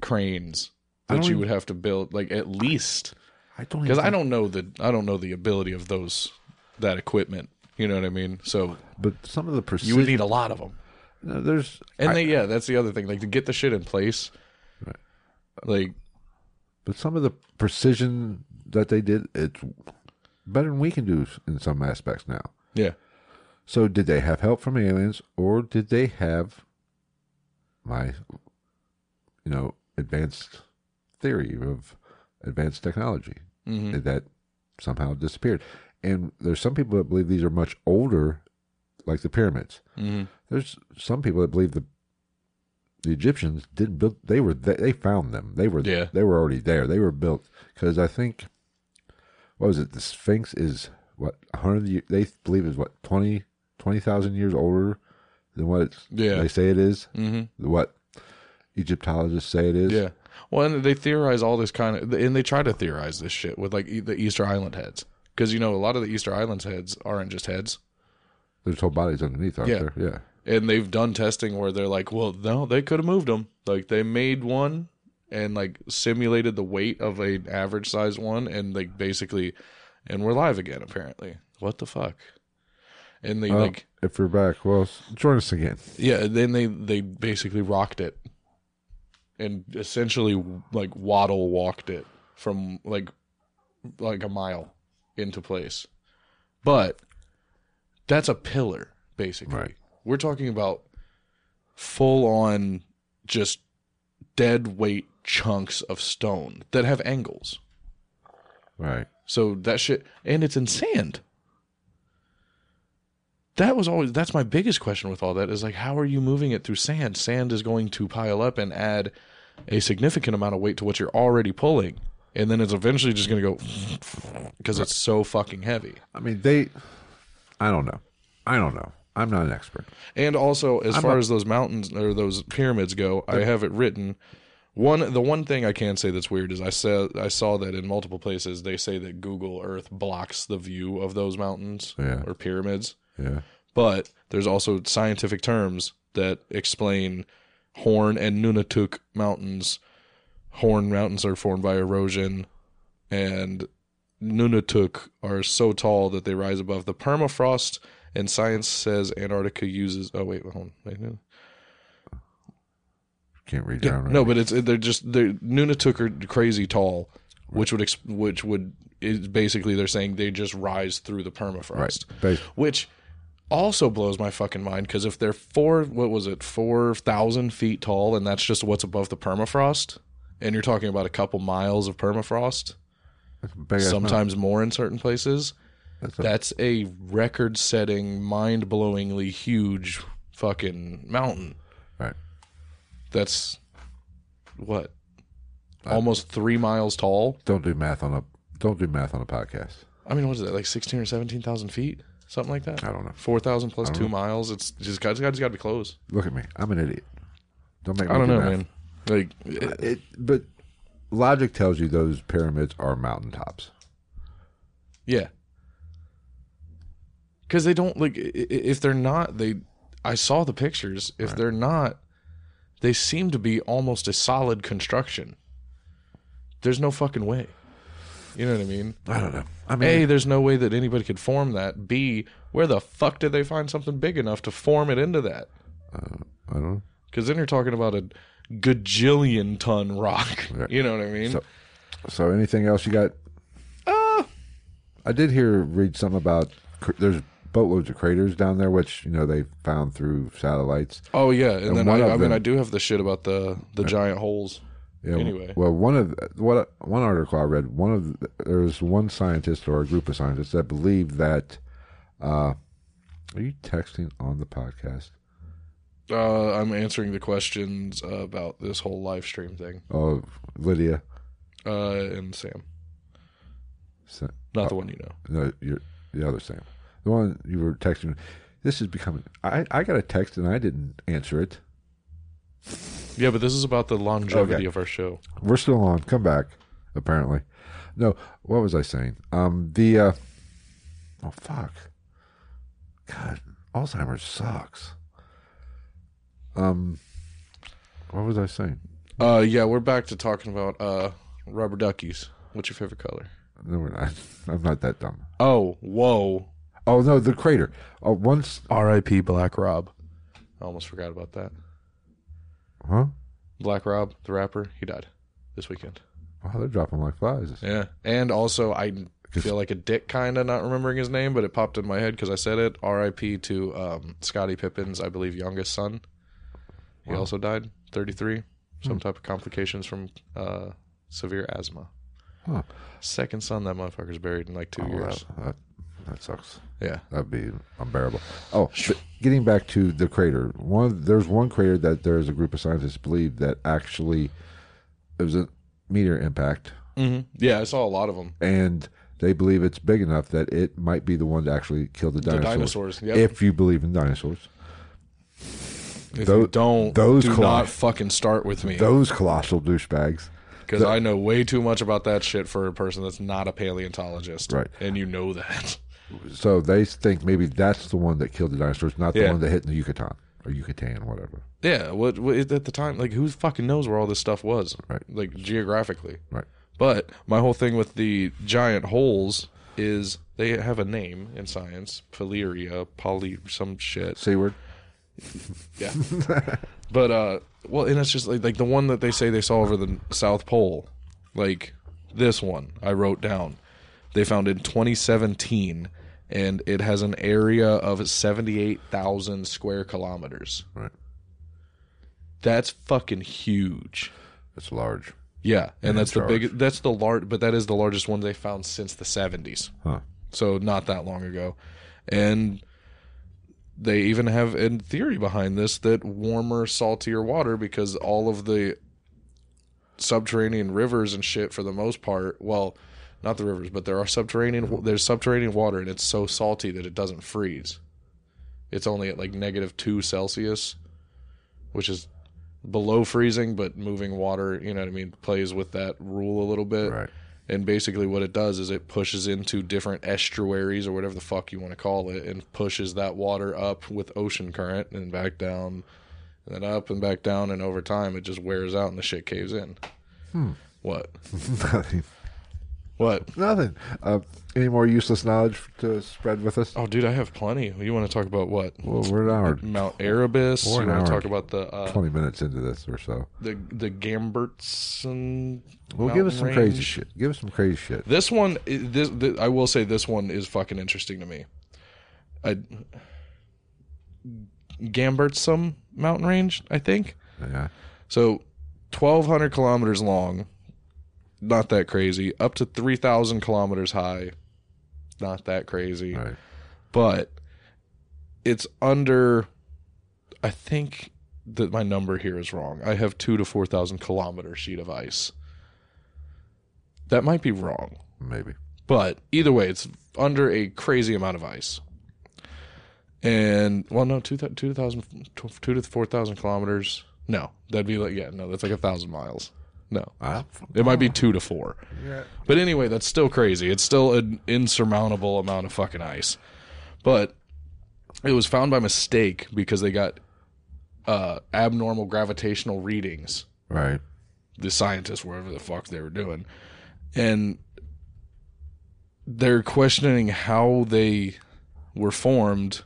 Speaker 2: cranes
Speaker 1: I don't
Speaker 2: that you
Speaker 1: even-
Speaker 2: would have to build. Like at least
Speaker 1: I don't
Speaker 2: because
Speaker 1: even
Speaker 2: I don't know the I don't know the ability of those that equipment. You know what I mean? So
Speaker 1: But some of the precision.
Speaker 2: you would need a lot of them.
Speaker 1: no, there's
Speaker 2: And they, yeah, that's the other thing. Like to get the shit in place, like
Speaker 1: but some of the precision that they did, it's better than we can do in some aspects now.
Speaker 2: yeah,
Speaker 1: So, did they have help from aliens, or did they have my, you know, advanced theory of advanced technology
Speaker 2: Mm-hmm.
Speaker 1: that somehow disappeared? And there's some people that believe these are much older, like the pyramids.
Speaker 2: Mhm.
Speaker 1: There's some people that believe the the Egyptians didn't build; they were they, they found them. They were
Speaker 2: Yeah.
Speaker 1: they were already there. They were built because I think what was it? The Sphinx is what 100 ye- they believe is what 20 20,000 years older than what it's,
Speaker 2: Yeah.
Speaker 1: they say it is,
Speaker 2: mm-hmm.
Speaker 1: what Egyptologists say it is.
Speaker 2: yeah. Well, and they theorize all this kind of, and they try to theorize this shit with like e- the Easter Island heads, because you know a lot of the Easter Islands heads aren't just heads,
Speaker 1: There's whole bodies underneath, aren't
Speaker 2: Yeah.
Speaker 1: there? Yeah.
Speaker 2: and they've done testing where they're like, well, no, they could have moved them. Like they made one and like simulated the weight of an average size one, and like basically, and we're live again apparently. What the fuck? And they
Speaker 1: Oh,
Speaker 2: like
Speaker 1: if you're back, well, s- join us again.
Speaker 2: Yeah, then they they basically rocked it, and essentially like waddle walked it from like like a mile into place, but that's a pillar basically.
Speaker 1: Right.
Speaker 2: We're talking about full on just dead weight chunks of stone that have angles.
Speaker 1: Right.
Speaker 2: So that shit, and it's in sand. That was always that's my biggest question with all that is like how are you moving it through sand? Sand is going to pile up and add a significant amount of weight to what you're already pulling. And then it's eventually just going to go because it's so fucking heavy.
Speaker 1: I mean, they. I don't know. I don't know. I'm not an expert.
Speaker 2: And also, as far as those mountains or those pyramids go, I have it written. One, the one thing I can say that's weird is I said I saw that in multiple places they say that Google Earth blocks the view of those mountains
Speaker 1: Yeah.
Speaker 2: or pyramids,
Speaker 1: Yeah.
Speaker 2: but there's also scientific terms that explain Horn and Nunatuk mountains. Horn mountains are formed by erosion, and Nunatuk are so tall that they rise above the permafrost. And science says Antarctica uses. Oh wait, hold on.
Speaker 1: Can't read
Speaker 2: Yeah,
Speaker 1: down. right
Speaker 2: no,
Speaker 1: now.
Speaker 2: but it's they're just they Nunatuk are crazy tall, which would ex, which would is basically they're saying they just rise through the permafrost,
Speaker 3: Bas-
Speaker 2: which also blows my fucking mind because if they're four, what was it, four thousand feet tall, and that's just what's above the permafrost, and you're talking about a couple miles of permafrost,
Speaker 1: Big ass mountain.
Speaker 2: sometimes more in certain places.
Speaker 1: That's a-
Speaker 2: That's a record-setting, mind-blowingly huge fucking mountain.
Speaker 1: Right.
Speaker 2: That's what almost three miles tall.
Speaker 1: Don't do math on a. Don't do math on a podcast.
Speaker 2: I mean, what is that? Like sixteen or seventeen thousand feet, something like that.
Speaker 1: I don't know.
Speaker 2: Four thousand plus two miles. It's just got, it's got to be close.
Speaker 1: Look at me. I'm an idiot. Don't make me
Speaker 2: I don't
Speaker 1: do
Speaker 2: know,
Speaker 1: math.
Speaker 2: man. Like, eh, it-
Speaker 1: It, but logic tells you those pyramids are mountaintops.
Speaker 2: yeah, because they don't like i- i- if they're not they. I saw the pictures. If they're not, they seem to be almost a solid construction. There's no fucking way. You know what I mean?
Speaker 1: I don't know. I mean,
Speaker 2: A, there's no way that anybody could form that. B, where the fuck did they find something big enough to form it into that?
Speaker 1: I don't know.
Speaker 2: Because then you're talking about a gajillion ton rock. You know what I mean?
Speaker 1: So- So, anything else you got?
Speaker 2: Uh.
Speaker 1: I did hear read something about cr- there's boatloads of craters down there, which you know they found through satellites.
Speaker 2: oh yeah, and, then
Speaker 1: one
Speaker 2: I,
Speaker 1: of
Speaker 2: I mean
Speaker 1: them-
Speaker 2: I do have the shit about the the giant holes.
Speaker 1: Yeah, w-
Speaker 2: Anyway.
Speaker 1: well, one of the- what one article I read, one of the, there was one scientist or a group of scientists that believed that. Uh, are you texting on the podcast?
Speaker 2: Uh, I'm answering the questions about this whole live stream thing.
Speaker 1: Oh, Lydia,
Speaker 2: Uh, and Sam,
Speaker 1: So-
Speaker 2: not the one you know.
Speaker 1: No, you're the other Sam. The one you were texting. This is becoming. I, I got a text and I didn't answer it.
Speaker 2: Yeah, but this is about the longevity
Speaker 1: Okay.
Speaker 2: of our show.
Speaker 1: We're still on. Come back. Apparently, no. What was I saying? Um, the. Uh, oh fuck. God, Alzheimer's sucks. Um, what was I saying?
Speaker 2: Uh, yeah, we're back to talking about uh rubber duckies. What's your favorite color?
Speaker 1: No, we're not. I'm not that dumb.
Speaker 2: Oh, whoa.
Speaker 1: Oh no, the crater. Oh, once.
Speaker 2: R.I.P. Black Rob. I almost forgot about that.
Speaker 1: Huh?
Speaker 2: Black Rob, the rapper, he died this weekend.
Speaker 1: Wow, they're dropping like flies.
Speaker 2: Yeah. And also, I feel like a dick kind of not remembering his name, but it popped in my head because I said it. R.I.P. to um, Scottie Pippen's, I believe, youngest son. He also died, 33,
Speaker 1: Hmm.
Speaker 2: some type of complications from uh, severe asthma.
Speaker 1: Huh.
Speaker 2: Second son, that motherfucker's buried in like two
Speaker 1: Oh,
Speaker 2: years.
Speaker 1: that, that, that sucks.
Speaker 2: Yeah.
Speaker 1: That'd be unbearable. Oh, but getting back to the crater. One there's one crater that there's a group of scientists believe that actually it was a meteor impact,
Speaker 2: hmm Yeah, I saw a lot of them.
Speaker 1: and they believe it's big enough that it might be the one to actually kill the dinosaurs.
Speaker 2: dinosaurs, yep.
Speaker 1: If you believe in dinosaurs,
Speaker 2: If
Speaker 1: Tho-
Speaker 2: you don't,
Speaker 1: those
Speaker 2: do
Speaker 1: collide-
Speaker 2: not fucking start with me.
Speaker 1: those colossal douchebags.
Speaker 2: Because I know way too much about that shit for a person that's not a paleontologist.
Speaker 1: Right.
Speaker 2: And you know that.
Speaker 1: So they think maybe that's the one that killed the dinosaurs, not the
Speaker 2: Yeah.
Speaker 1: one that hit in the Yucatan or Yucatan, whatever.
Speaker 2: Yeah. What, what at the time, like who fucking knows where all this stuff was?
Speaker 1: Right.
Speaker 2: Like geographically.
Speaker 1: Right.
Speaker 2: But my whole thing with the giant holes is they have a name in science, Polyria, poly some shit.
Speaker 1: Seaward.
Speaker 2: Yeah. but uh well and it's just like like the one that they say they saw over the South Pole. Like this one I wrote down. They found in 2017 and it has an area of 78,000 square kilometers.
Speaker 1: Right.
Speaker 2: That's fucking huge.
Speaker 1: It's large.
Speaker 2: Yeah, and that's the
Speaker 1: charge.
Speaker 2: big that's the large but that is the largest one they found since the 70s
Speaker 1: Huh.
Speaker 2: so not that long ago. And they even have a theory behind this that warmer, saltier water, because all of the subterranean rivers and shit, for the most part, well, not the rivers, but there are subterranean. There's subterranean water, and it's so salty that it doesn't freeze. It's only at like negative two Celsius, which is below freezing, but moving water, you know what I mean, plays with that rule a little bit.
Speaker 4: Right.
Speaker 2: And basically, what it does is it pushes into different estuaries or whatever the fuck you want to call it, and pushes that water up with ocean current and back down, and then up and back down, and over time it just wears out and the shit caves in.
Speaker 4: Hmm.
Speaker 2: What?
Speaker 4: nothing.
Speaker 2: What?
Speaker 4: Nothing. Uh, any more useless knowledge to spread with us?
Speaker 2: Oh, dude, I have plenty. You want to talk about what?
Speaker 4: Well, we're an hour,
Speaker 2: Mount Erebus.
Speaker 4: Or
Speaker 2: You
Speaker 4: an
Speaker 2: want to
Speaker 4: hour.
Speaker 2: talk about the uh,
Speaker 4: twenty minutes into this or so.
Speaker 2: the the Gamberts and
Speaker 4: Well, give us some crazy shit. Give us some crazy shit.
Speaker 2: This one, i- this, this I will say, this one is fucking interesting to me. I, Gambertsum mountain range, I think.
Speaker 4: Yeah.
Speaker 2: So, twelve hundred kilometers long, not that crazy. Up to three thousand kilometers high, not that crazy.
Speaker 4: Right.
Speaker 2: But it's under. I think that my number here is wrong. I have two to four thousand kilometer sheet of ice. That might be wrong.
Speaker 4: Maybe.
Speaker 2: But either way, it's under a crazy amount of ice. And well, no, two thou- two thousand tw- two to four thousand kilometers. No, that'd be like yeah, no, that's like a thousand miles. No,
Speaker 4: I,
Speaker 2: it might be two to four. But anyway, that's still crazy. It's still an insurmountable amount of fucking ice. But it was found by mistake because they got uh, abnormal gravitational readings
Speaker 4: right.
Speaker 2: the scientists, whatever the fuck they were doing, and they're questioning how they were formed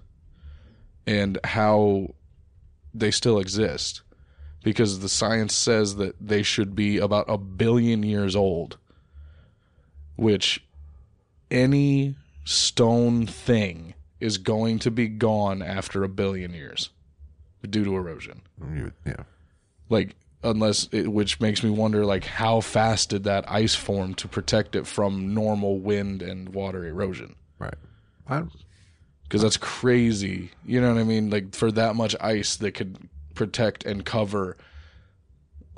Speaker 2: and how they still exist because the science says that they should be about a billion years old, which any stone thing is going to be gone after a billion years due to erosion
Speaker 4: You, yeah.
Speaker 2: like unless it, which makes me wonder like how fast did that ice form to protect it from normal wind and water erosion
Speaker 4: Right. I,
Speaker 2: because that's crazy you know what i mean like for that much ice that could protect and cover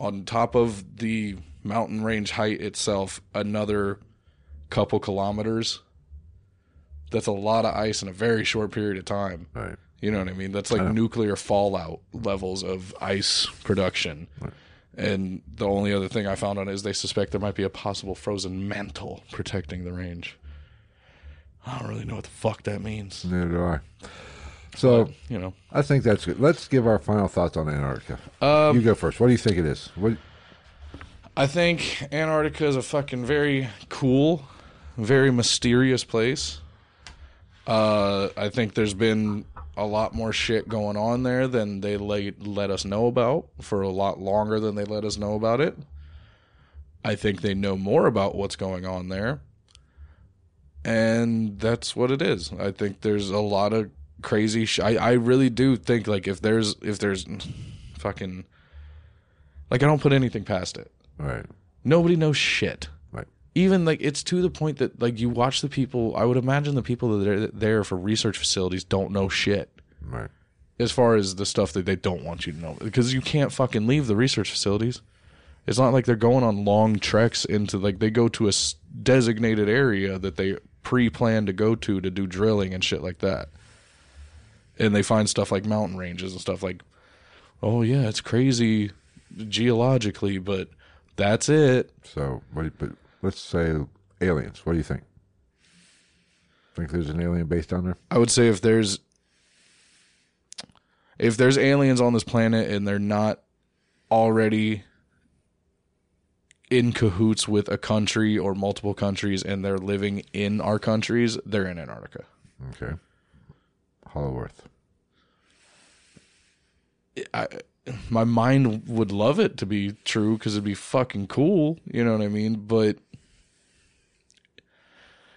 Speaker 2: on top of the mountain range height itself another couple kilometers that's a lot of ice in a very short period of time
Speaker 4: right.
Speaker 2: you know what I mean? That's like nuclear fallout levels of ice production. And the only other thing I found on it is they suspect there might be a possible frozen mantle protecting the range. I don't really know what the fuck that means.
Speaker 4: Neither do I. So
Speaker 2: You know,
Speaker 4: I think that's good. Let's give our final thoughts on Antarctica. you go first. What do you think it is? What,
Speaker 2: I think Antarctica is a fucking very cool, very mysterious place. Uh, I think there's been a lot more shit going on there than they let, let us know about for a lot longer than they let us know about it. I think they know more about what's going on there. And that's what it is. I think there's a lot of crazy sh- I, I really do think like if there's if there's fucking like I don't put anything past it
Speaker 4: right.
Speaker 2: nobody knows shit.
Speaker 4: Right.
Speaker 2: Even like it's to the point that like you watch the people. I would imagine the people that are there for research facilities don't know shit
Speaker 4: Right.
Speaker 2: as far as the stuff that they don't want you to know because you can't fucking leave the research facilities. It's not like they're going on long treks into like they go to a s- designated area that they pre-plan to go to to do drilling and shit like that. And they find stuff like mountain ranges and stuff like oh yeah, it's crazy geologically, but that's it.
Speaker 4: So, what do you, but let's say aliens. What do you think? Think there's an alien base down there?
Speaker 2: I would say if there's if there's aliens on this planet and they're not already in cahoots with a country or multiple countries and they're living in our countries, they're in Antarctica.
Speaker 4: Okay. Hollow Earth.
Speaker 2: I, my mind would love it to be true because it'd be fucking cool. You know what I mean? But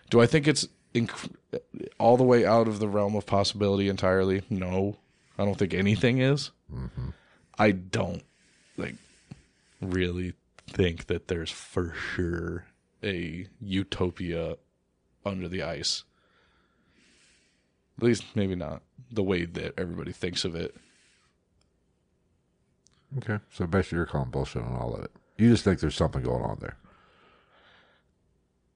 Speaker 2: do I think it's inc- all the way out of the realm of possibility entirely? No, I don't think anything is. I don't like really think that there's for sure a utopia under the ice. At least maybe not the way that everybody thinks of it.
Speaker 1: Okay. So basically, you're calling bullshit on all of it. You just think there's something going on there.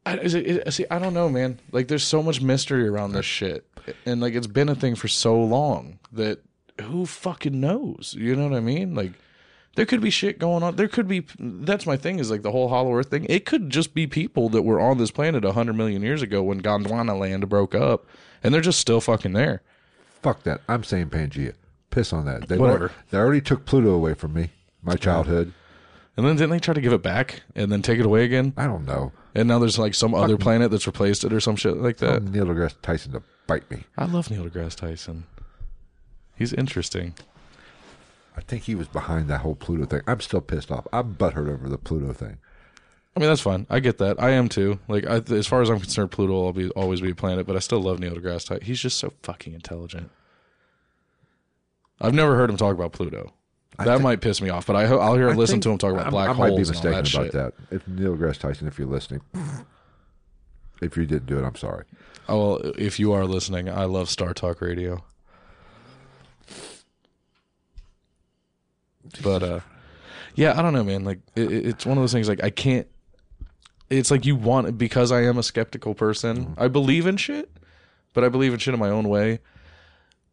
Speaker 2: I, is it, is- see, I don't know, man. Like, there's so much mystery around this shit, and like, it's been a thing for so long that who fucking knows? You know what I mean? Like, there could be shit going on. There could be. That's my thing. Is like the whole Hollow Earth thing. It could just be people that were on this planet hundred million years ago when Gondwana land broke up, and they're just still fucking there.
Speaker 1: Fuck that. I'm saying Pangea. Piss on that. They
Speaker 2: Whatever.
Speaker 1: al- They already took Pluto away from me. My childhood.
Speaker 2: And then didn't they try to give it back and then take it away again?
Speaker 1: I don't know.
Speaker 2: And now there's like some other planet that's replaced it or some shit like that.
Speaker 1: Neil deGrasse Tyson to bite me.
Speaker 2: I love Neil deGrasse Tyson. He's interesting.
Speaker 1: I think he was behind that whole Pluto thing. I'm still pissed off. I'm butthurt over the Pluto thing.
Speaker 2: I mean, that's fine. I get that. I am too. Like, I, as far as I'm concerned, Pluto will be, always be a planet, but I still love Neil deGrasse Tyson. He's just so fucking intelligent. I've never heard him talk about Pluto. That might piss me off, but I, ho- I'll hear
Speaker 1: I
Speaker 2: listen
Speaker 1: think-
Speaker 2: to him talk about
Speaker 1: I-
Speaker 2: black
Speaker 1: I
Speaker 2: holes
Speaker 1: might be
Speaker 2: and all
Speaker 1: mistaken
Speaker 2: that
Speaker 1: about
Speaker 2: shit.
Speaker 1: that. If Neil deGrasse Tyson, if you're listening, if you didn't do it, I'm sorry.
Speaker 2: Oh, well, if you are listening, I love Star Talk Radio. But uh, yeah, I don't know, man. Like it, it- it's one of those things. Like I can't. It's like you want because I am a skeptical person. I believe in shit, but I believe in shit in my own way.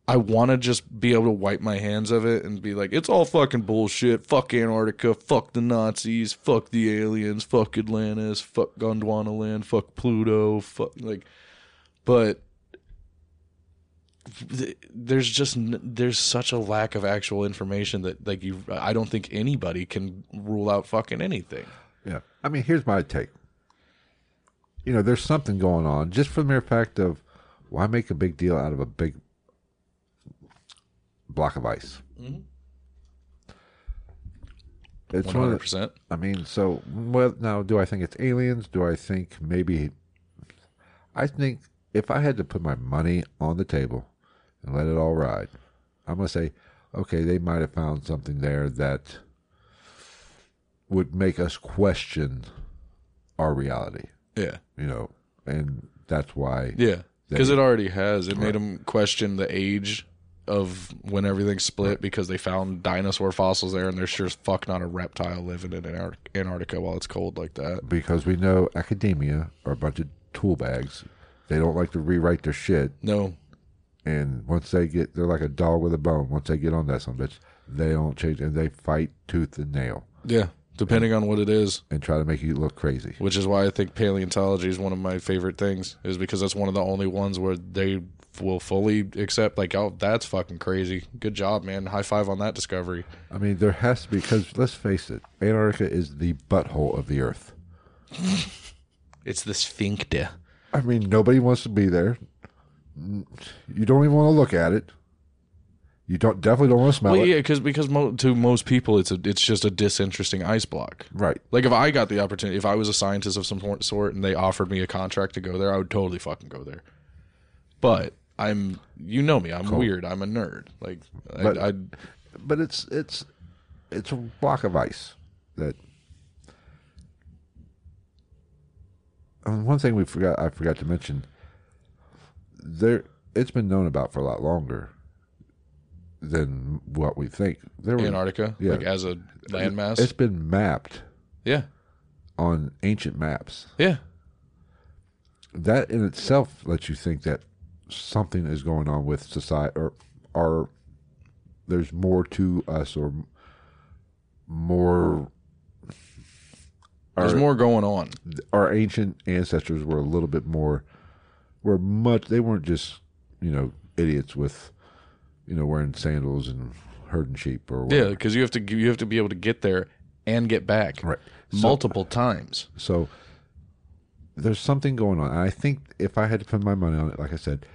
Speaker 2: I want to just be able to wipe my hands of it and be like, it's all fucking bullshit. Fuck Antarctica. Fuck the Nazis. Fuck the aliens. Fuck Atlantis. Fuck Gondwana land. Fuck Pluto. Fuck like but th- there's just n- there's such a lack of actual information that like you I don't think anybody can rule out fucking anything.
Speaker 1: Yeah. I mean, here's my take. You know, there's something going on just for the mere fact of why make a big deal out of a big block of ice? It's
Speaker 2: Mm-hmm. One
Speaker 1: one of
Speaker 2: hundred
Speaker 1: the-
Speaker 2: percent.
Speaker 1: I mean, so well now do I think it's aliens? Do I think maybe I think if I had to put my money on the table and let it all ride, I'm gonna say, okay, they might have found something there that would make us question our reality,
Speaker 2: Yeah,
Speaker 1: you know, and that's why
Speaker 2: yeah. Because it already has. It made 'em made them question the age of when everything split because they found dinosaur fossils there, and there's sure as fuck not a reptile living in Antar- Antarctica while it's cold like that.
Speaker 1: because we know academia are a bunch of tool bags. They don't like to rewrite their shit
Speaker 2: No,
Speaker 1: and once they get they're like a dog with a bone once they get on that some bitch they don't change and they fight tooth and nail
Speaker 2: yeah. Depending on what it is,
Speaker 1: and try to make you look crazy
Speaker 2: which is why I think paleontology is one of my favorite things, is because that's one of the only ones where they will fully accept, like, oh, that's fucking crazy. Good job, man. High five on that discovery.
Speaker 1: i mean there has to be because let's face it antarctica is the butthole of the earth
Speaker 2: It's the sphincter.
Speaker 1: i mean nobody wants to be there you don't even want to look at it you don't definitely don't want to smell
Speaker 2: Well,
Speaker 1: it
Speaker 2: yeah, cause, because mo- to most people, it's, a, it's just a disinteresting ice block.
Speaker 1: right
Speaker 2: Like, if I got the opportunity, if I was a scientist of some sort- sort and they offered me a contract to go there, I would totally fucking go there. But I'm, you know me, I'm weird. I'm a nerd. Like,
Speaker 1: But-
Speaker 2: I, I'd,
Speaker 1: but it's it's it's a block of ice that and um, one thing we forgot I forgot to mention there it's been known about for a lot longer than what we think there were-
Speaker 2: Antarctica,
Speaker 1: Yeah.
Speaker 2: like, as a
Speaker 1: it's
Speaker 2: landmass.
Speaker 1: been mapped
Speaker 2: Yeah.
Speaker 1: on ancient maps
Speaker 2: Yeah.
Speaker 1: that in itself lets you think that something is going on with society or or there's more to us or more
Speaker 2: There's more going on.
Speaker 1: our ancient ancestors were a little bit more were much they weren't just you know idiots with you know wearing sandals and herding sheep or
Speaker 2: Yeah,
Speaker 1: whatever.
Speaker 2: because you have to you have to be able to get there and get back
Speaker 1: right
Speaker 2: multiple times.
Speaker 1: So there's something going on. And I think if I had to put my money on it, like I said,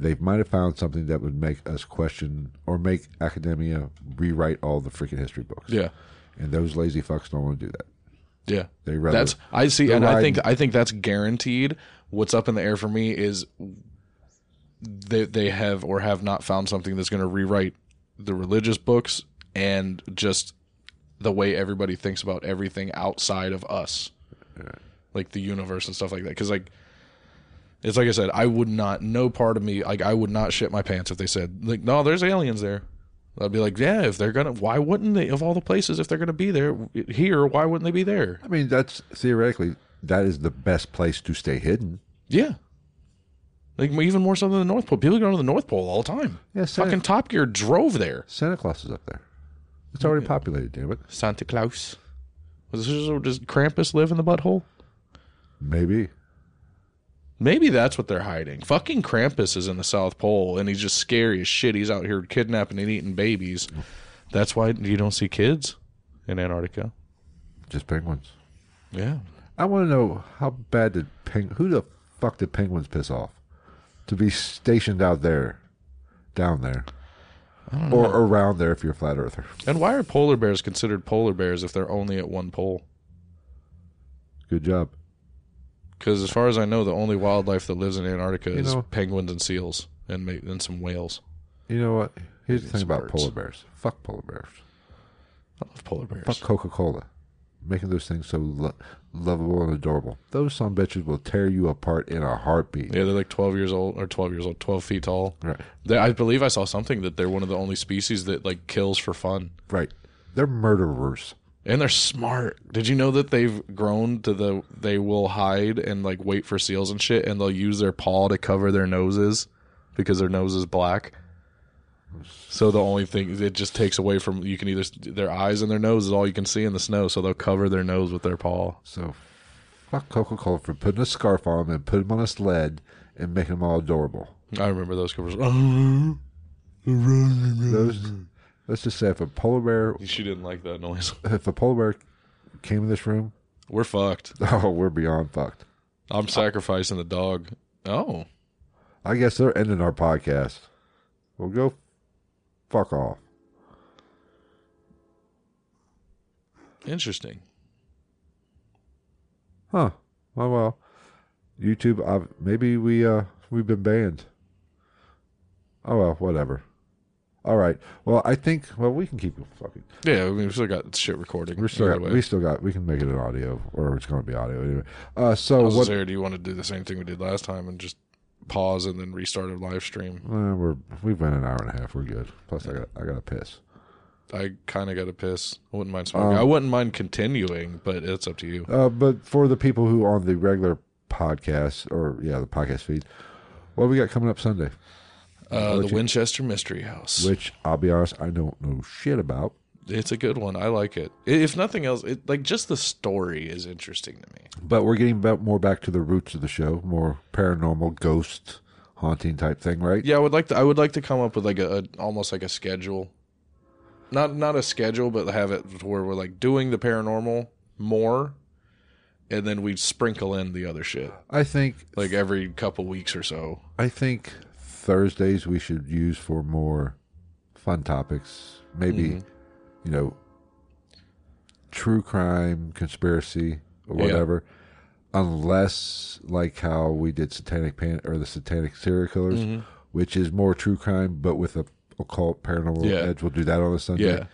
Speaker 1: they might have found something that would make us question or make academia rewrite all the freaking history books.
Speaker 2: Yeah,
Speaker 1: And those lazy fucks don't want to do that.
Speaker 2: yeah.
Speaker 1: They rather
Speaker 2: That's I see, and I
Speaker 1: ride-
Speaker 2: think I think that's guaranteed. What's up in the air for me is they they have or have not found something that's going to rewrite the religious books and just the way everybody thinks about everything outside of us, like the universe and stuff like that. Because like It's like I said, I would not. No part of me, like I would not shit my pants if they said, like, no, there's aliens there. I'd be like, yeah, if they're gonna, why wouldn't they? Of all the places, if they're gonna be there here, why wouldn't they be there?
Speaker 1: I mean, that's theoretically that is the best place to stay hidden.
Speaker 2: Yeah. Like even more so than the North Pole. People go to the North Pole all the time.
Speaker 1: Yeah, Santa,
Speaker 2: Fucking Top Gear drove there.
Speaker 1: Santa Claus is up there. It's already populated, damn it.
Speaker 2: Santa Claus. Was this just, does Krampus live in the butthole?
Speaker 1: Maybe.
Speaker 2: Maybe that's what they're hiding. Fucking Krampus is in the South Pole and he's just scary as shit. He's out here kidnapping and eating babies. That's why you don't see kids in Antarctica.
Speaker 1: Just penguins.
Speaker 2: Yeah.
Speaker 1: I want to know how bad did peng who the fuck did penguins piss off to be stationed out there, down there, or around there if you're a flat earther?
Speaker 2: And why are polar bears considered polar bears if they're only at one pole?
Speaker 1: Good job.
Speaker 2: Because as far as I know, the only wildlife that lives in Antarctica is
Speaker 1: know-
Speaker 2: penguins and seals and ma- and some whales.
Speaker 1: You know what? Here's the thing about
Speaker 2: Squirts.
Speaker 1: polar bears. Fuck polar bears.
Speaker 2: I love polar bears.
Speaker 1: Fuck Coca Cola. Making those things so lo- lovable and adorable. Those some bitches will tear you apart in a heartbeat.
Speaker 2: Yeah, they're like 12 years old or 12 years old, 12 feet tall.
Speaker 1: Right.
Speaker 2: They, I believe I saw something that they're one of the only species that like kills for fun.
Speaker 1: Right. They're murderers.
Speaker 2: And they're smart. Did you know that they've grown to the they will hide and like wait for seals and shit and they'll use their paw to cover their noses because their nose is black. So the only thing it just takes away from you can either their eyes and their nose is all you can see in the snow, so they'll cover their nose with their paw.
Speaker 1: So fuck Coca Cola for putting a scarf on them and putting them on a sled and making them all adorable.
Speaker 2: I remember those covers. she
Speaker 1: Those, let's just say if a polar bear
Speaker 2: didn't like that noise.
Speaker 1: if a polar bear came in this room,
Speaker 2: We're fucked.
Speaker 1: oh, we're beyond fucked.
Speaker 2: I'm
Speaker 1: Oh.
Speaker 2: sacrificing the dog. Oh.
Speaker 1: I guess they're ending our podcast. We'll go fuck off.
Speaker 2: Interesting.
Speaker 1: Huh. Well, well. YouTube, uh, maybe we uh we've been banned. Oh well, whatever. All right. Well, I think well we can keep it fucking.
Speaker 2: Yeah, I mean, we still got shit recording.
Speaker 1: We're still
Speaker 2: Either
Speaker 1: got,
Speaker 2: way.
Speaker 1: we still got we can make it an audio or it's going to be audio anyway. Uh,
Speaker 2: I
Speaker 1: so
Speaker 2: was
Speaker 1: what?
Speaker 2: there. Do you want to do the same thing we did last time and just pause and then restart a live stream?
Speaker 1: Uh, we're we've been an hour and a half. We're good. Plus, I got I got to piss.
Speaker 2: I kind of got to piss. I wouldn't mind smoking. I wouldn't mind continuing, but it's up to you.
Speaker 1: Um, Uh, but for the people who are on the regular podcast or yeah the podcast feed, what we got coming up Sunday?
Speaker 2: Uh, the Winchester Mystery House.
Speaker 1: Which I'll be honest, I don't know shit about.
Speaker 2: It's a good one. I like it. I- If nothing else, it, like just the story is interesting to me.
Speaker 1: But we're getting back, more back to the roots of the show, more paranormal, ghost, haunting type thing, right?
Speaker 2: Yeah, I would like to. I would like to come up with like a, a almost like a schedule, not not a schedule, but have it where we're like doing the paranormal more, and then we sprinkle in the other shit
Speaker 1: I think
Speaker 2: like every couple weeks or so.
Speaker 1: I think Thursdays we should use for more fun topics. Maybe
Speaker 2: Mm-hmm.
Speaker 1: you know, true crime, conspiracy, or
Speaker 2: Yeah.
Speaker 1: whatever. Unless like how we did Satanic Pan or the Satanic Serial Killers,
Speaker 2: Mm-hmm.
Speaker 1: which is more true crime but with a occult paranormal
Speaker 2: Yeah.
Speaker 1: edge. We'll do that on a Sunday.
Speaker 2: Yeah.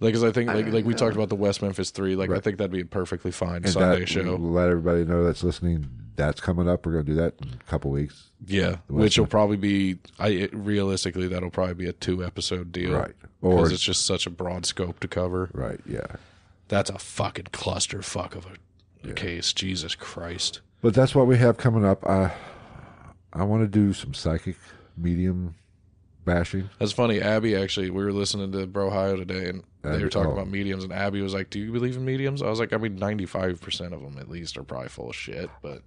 Speaker 2: Like, cause I think like like we talked about the West Memphis Three. Like, I think that'd be a perfectly fine
Speaker 1: and
Speaker 2: Sunday
Speaker 1: that,
Speaker 2: show.
Speaker 1: Let everybody know that's listening. That's coming up. We're going to do that in a couple weeks.
Speaker 2: Yeah, which will probably be. I it, realistically, that'll probably be a two episode deal.
Speaker 1: Right. Or-
Speaker 2: Because it's just such a broad scope to cover.
Speaker 1: Right. Yeah.
Speaker 2: That's a fucking clusterfuck of a case. Jesus Christ.
Speaker 1: But that's what we have coming up. I I want to do some psychic medium bashing.
Speaker 2: That's funny. Abby actually, we were listening to Brohio today, and they
Speaker 1: Abby-
Speaker 2: were talking
Speaker 1: oh.
Speaker 2: about mediums. And Abby was like, "Do you believe in mediums?" I was like, "I mean, ninety five percent of them at least are probably full of shit." But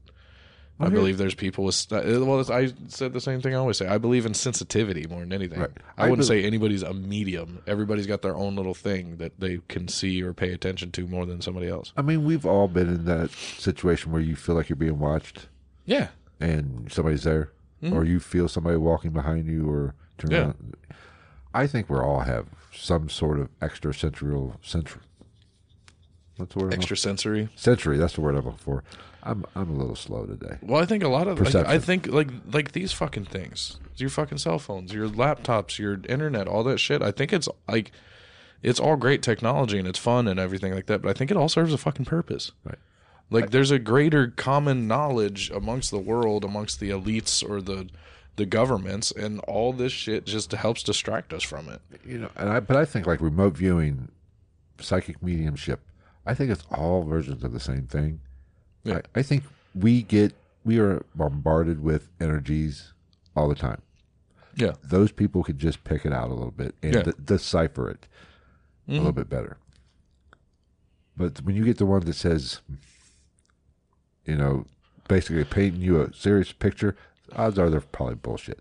Speaker 2: I believe there's people with. st- uh, Well, it's- I said the same thing I always say. I believe in sensitivity more than anything. I,
Speaker 1: I
Speaker 2: wouldn't
Speaker 1: bel-
Speaker 2: say anybody's a medium. Everybody's got their own little thing that they can see or pay attention to more than somebody else.
Speaker 1: I mean, we've all been in that situation where you feel like you're being watched
Speaker 2: Yeah,
Speaker 1: and somebody's there, or you feel somebody walking behind you or turn
Speaker 2: Yeah.
Speaker 1: around. I think we all have some sort of extrasensory sensory. What's the word? I'm looking-
Speaker 2: extrasensory.
Speaker 1: Sensory. That's the word I'm looking for. I'm I'm a little slow today.
Speaker 2: Well, I think a lot of like, I
Speaker 1: Perception.
Speaker 2: think like like these fucking things, your fucking cell phones, your laptops, your internet, all that shit. I think it's like it's all great technology and it's fun and everything like that, but I think it all serves a fucking purpose.
Speaker 1: Right.
Speaker 2: Like there's a greater common knowledge amongst the world, amongst the elites or the the governments, and all this shit just helps distract us from it.
Speaker 1: you know and i but i think like remote viewing psychic mediumship i think it's all versions of the same thing
Speaker 2: Yeah.
Speaker 1: I, I think we get we are bombarded with energies all the time
Speaker 2: Yeah.
Speaker 1: those people could just pick it out a little bit and
Speaker 2: Yeah. Mm-hmm.
Speaker 1: de- decipher it a little bit better but when you get the one that says you know basically painting you a serious picture odds are they're probably bullshit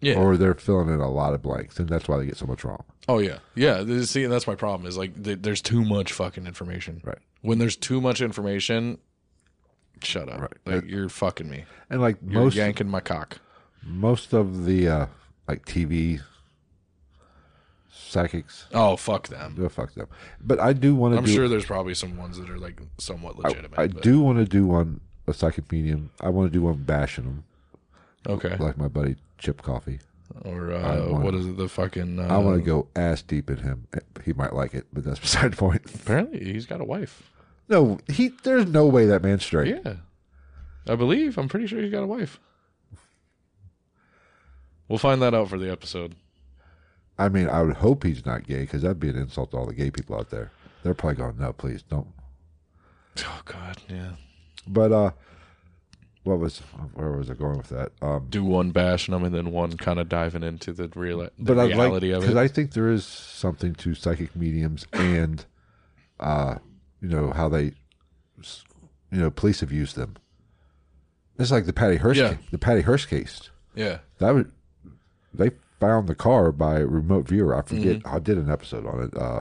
Speaker 2: Yeah.
Speaker 1: or they're filling in a lot of blanks and that's why they get so much wrong
Speaker 2: Oh yeah, yeah. this- See, that's my problem is like th- there's too much fucking information.
Speaker 1: Right.
Speaker 2: When there's too much information, shut up.
Speaker 1: Right.
Speaker 2: Like, you're fucking me.
Speaker 1: and like
Speaker 2: You're
Speaker 1: most
Speaker 2: yanking my cock.
Speaker 1: most of the uh like tv psychics
Speaker 2: Oh fuck them.
Speaker 1: go fuck them but i do want to
Speaker 2: I'm
Speaker 1: do
Speaker 2: sure there's probably some ones that are like somewhat legitimate.
Speaker 1: i
Speaker 2: but-
Speaker 1: do want to do one a psychic medium i want to do one bashing them
Speaker 2: Okay.
Speaker 1: like my buddy chip coffee
Speaker 2: Or uh,
Speaker 1: wanna-
Speaker 2: what is it? The fucking. Uh,
Speaker 1: i want to go ass deep in him Eh, he might like it but that's beside the point
Speaker 2: Apparently, he's got a wife.
Speaker 1: no he there's no way that man's straight
Speaker 2: Yeah. I believe. I'm pretty sure he's got a wife. We'll find that out for the episode.
Speaker 1: i mean i would hope he's not gay because that'd be an insult to all the gay people out there they're probably going no please don't
Speaker 2: Oh god, yeah.
Speaker 1: but uh what was where was i going with that um
Speaker 2: Do one bashing them and then one kind of diving into the, real, the
Speaker 1: but I'd like
Speaker 2: reality of
Speaker 1: because
Speaker 2: it.
Speaker 1: I think there is something to psychic mediums and, uh, you know how they, s- you know, police have used them. It's like the Patty Hearst,
Speaker 2: Yeah.
Speaker 1: ca- the Patty Hearst case.
Speaker 2: yeah.
Speaker 1: That was, they found the car by a remote viewer. I forget.
Speaker 2: Mm-hmm.
Speaker 1: I did an episode on it. Uh,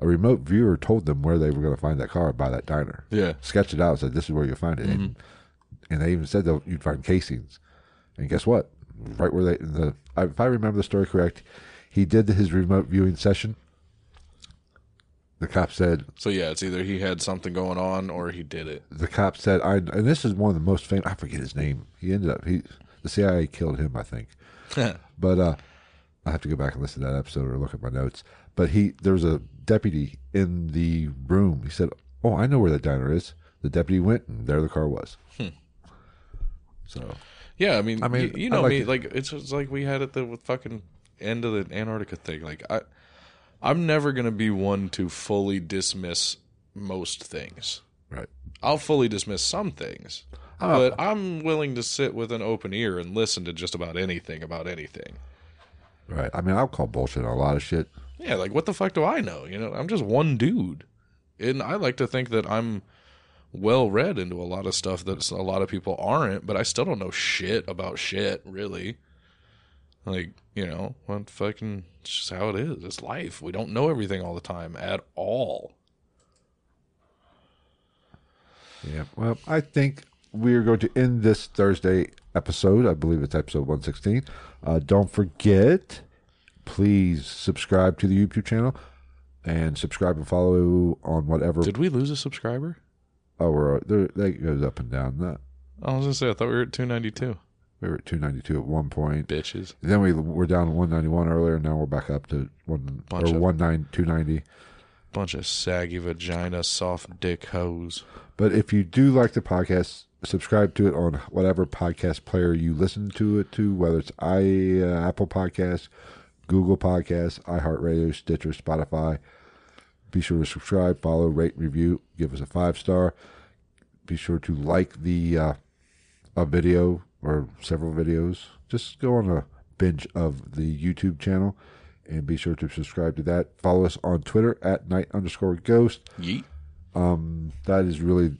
Speaker 1: a remote viewer told them where they were going to find that car by that diner.
Speaker 2: Yeah.
Speaker 1: sketched it out. and Said this is where you'll find it, and, and they even said that you'd find casings. And guess what? Right where they the I- if I remember the story correct, he did his remote viewing session. The cop said,
Speaker 2: So yeah, it's either he had something going on or he did it.
Speaker 1: the cop said, I and this is one of the most famous. I forget his name. He ended up he the CIA killed him, I think. But uh, I have to go back and listen to that episode or look at my notes. But he there was a deputy in the room. He said, "Oh, I know where that diner is." The deputy went, and there the car was. So
Speaker 2: Yeah, I mean,
Speaker 1: I mean,
Speaker 2: y- you
Speaker 1: I'd
Speaker 2: know
Speaker 1: like
Speaker 2: me.
Speaker 1: to-
Speaker 2: Like it's just like we had at the fucking end of the Antarctica thing. Like I, I'm never gonna be one to fully dismiss most things.
Speaker 1: right,
Speaker 2: I'll fully dismiss some things, but I'm willing to sit with an open ear and listen to just about anything about anything.
Speaker 1: right. I mean, I'll call bullshit on a lot of shit.
Speaker 2: Yeah, like what the fuck do I know? You know, I'm just one dude, and I like to think that I'm well read into a lot of stuff that a lot of people aren't. But I still don't know shit about shit, really. Like you know, what fucking? It's just how it is. It's life. We don't know everything all the time at all.
Speaker 1: Yeah. Well, I think we are going to end this Thursday episode. I believe it's episode 116. Uh, don't forget, please subscribe to the YouTube channel and subscribe and follow on whatever.
Speaker 2: Did we lose a subscriber?
Speaker 1: oh, we're, there, that goes up and down. That,
Speaker 2: Oh, I was gonna say I thought we were at 292.
Speaker 1: we were at 292 at one point.
Speaker 2: Bitches.
Speaker 1: Then we were down to 191 earlier. Now we're back up to one
Speaker 2: Bunch
Speaker 1: or
Speaker 2: of-
Speaker 1: 19 290.
Speaker 2: Bunch of saggy vagina, soft dick hoes.
Speaker 1: But if you do like the podcast, subscribe to it on whatever podcast player you listen to it to, whether it's i uh, Apple Podcasts, Google Podcasts, iHeartRadio, Stitcher, Spotify. Be sure to subscribe, follow, rate, review, give us a five star. Be sure to like the uh, a video or several videos. Just go on a binge of the YouTube channel and be sure to subscribe to that. Follow us on Twitter at night underscore ghost
Speaker 2: Yeet.
Speaker 1: um, that is really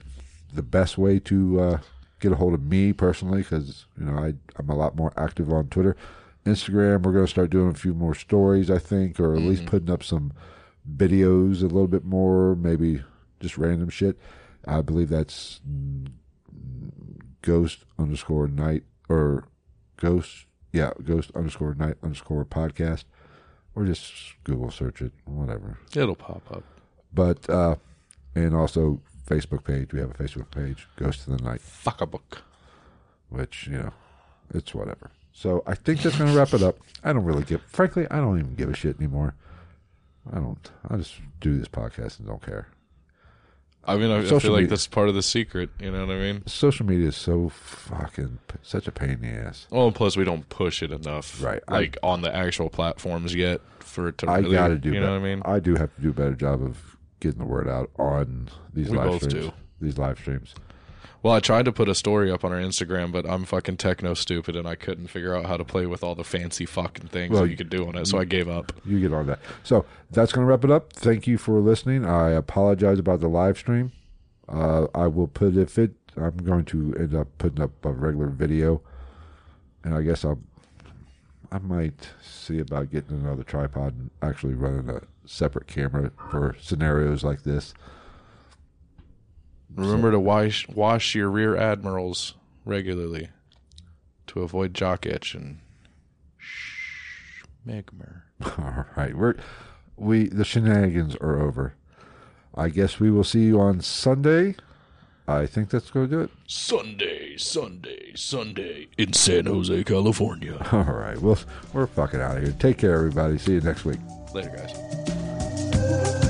Speaker 1: the best way to uh, get a hold of me personally because you know I, I'm a lot more active on Twitter, Instagram. We're going to start doing a few more stories, I think, or at least putting up some videos a little bit more, maybe just random shit. I believe that's mm, ghost underscore night or ghost yeah ghost underscore night underscore podcast or just Google search it whatever
Speaker 2: It'll pop up.
Speaker 1: but uh and also facebook page we have a facebook page ghost of the night
Speaker 2: Fuck a book.
Speaker 1: which you know it's whatever so i think that's gonna wrap it up i don't really give frankly i don't even give a shit anymore i don't i just do this podcast and don't care
Speaker 2: I mean, I, I feel
Speaker 1: Social
Speaker 2: like
Speaker 1: media.
Speaker 2: that's part of the secret. You know what I mean?
Speaker 1: Social media is so fucking such a pain in the ass.
Speaker 2: Well, and plus we don't push it enough,
Speaker 1: Right. I-
Speaker 2: Like on the actual platforms yet for it to.
Speaker 1: I
Speaker 2: really,
Speaker 1: gotta do.
Speaker 2: You know
Speaker 1: bet-
Speaker 2: what I mean?
Speaker 1: I do have to do a better job of getting the word out on these
Speaker 2: We
Speaker 1: live
Speaker 2: both
Speaker 1: streams.
Speaker 2: do.
Speaker 1: These live streams.
Speaker 2: Well, I tried to put a story up on our Instagram, but I'm fucking techno stupid and I couldn't figure out how to play with all the fancy fucking things
Speaker 1: Well,
Speaker 2: that you could do on it, so I gave up.
Speaker 1: You get on that. So that's going to wrap it up. Thank you for listening. I apologize about the live stream. Uh, I will put if it. I'm going to end up putting up a regular video, and I guess I'll. I might see about getting another tripod and actually running a separate camera for scenarios like this.
Speaker 2: Remember to wash wash your rear admirals regularly to avoid jock itch and schmegmer.
Speaker 1: All right, we're we the shenanigans are over. I guess we will see you on Sunday. I think that's going to do it.
Speaker 2: Sunday, Sunday, Sunday in San Jose, California.
Speaker 1: All right, well, we're fucking out of here. Take care, everybody. See you next week.
Speaker 2: Later, guys.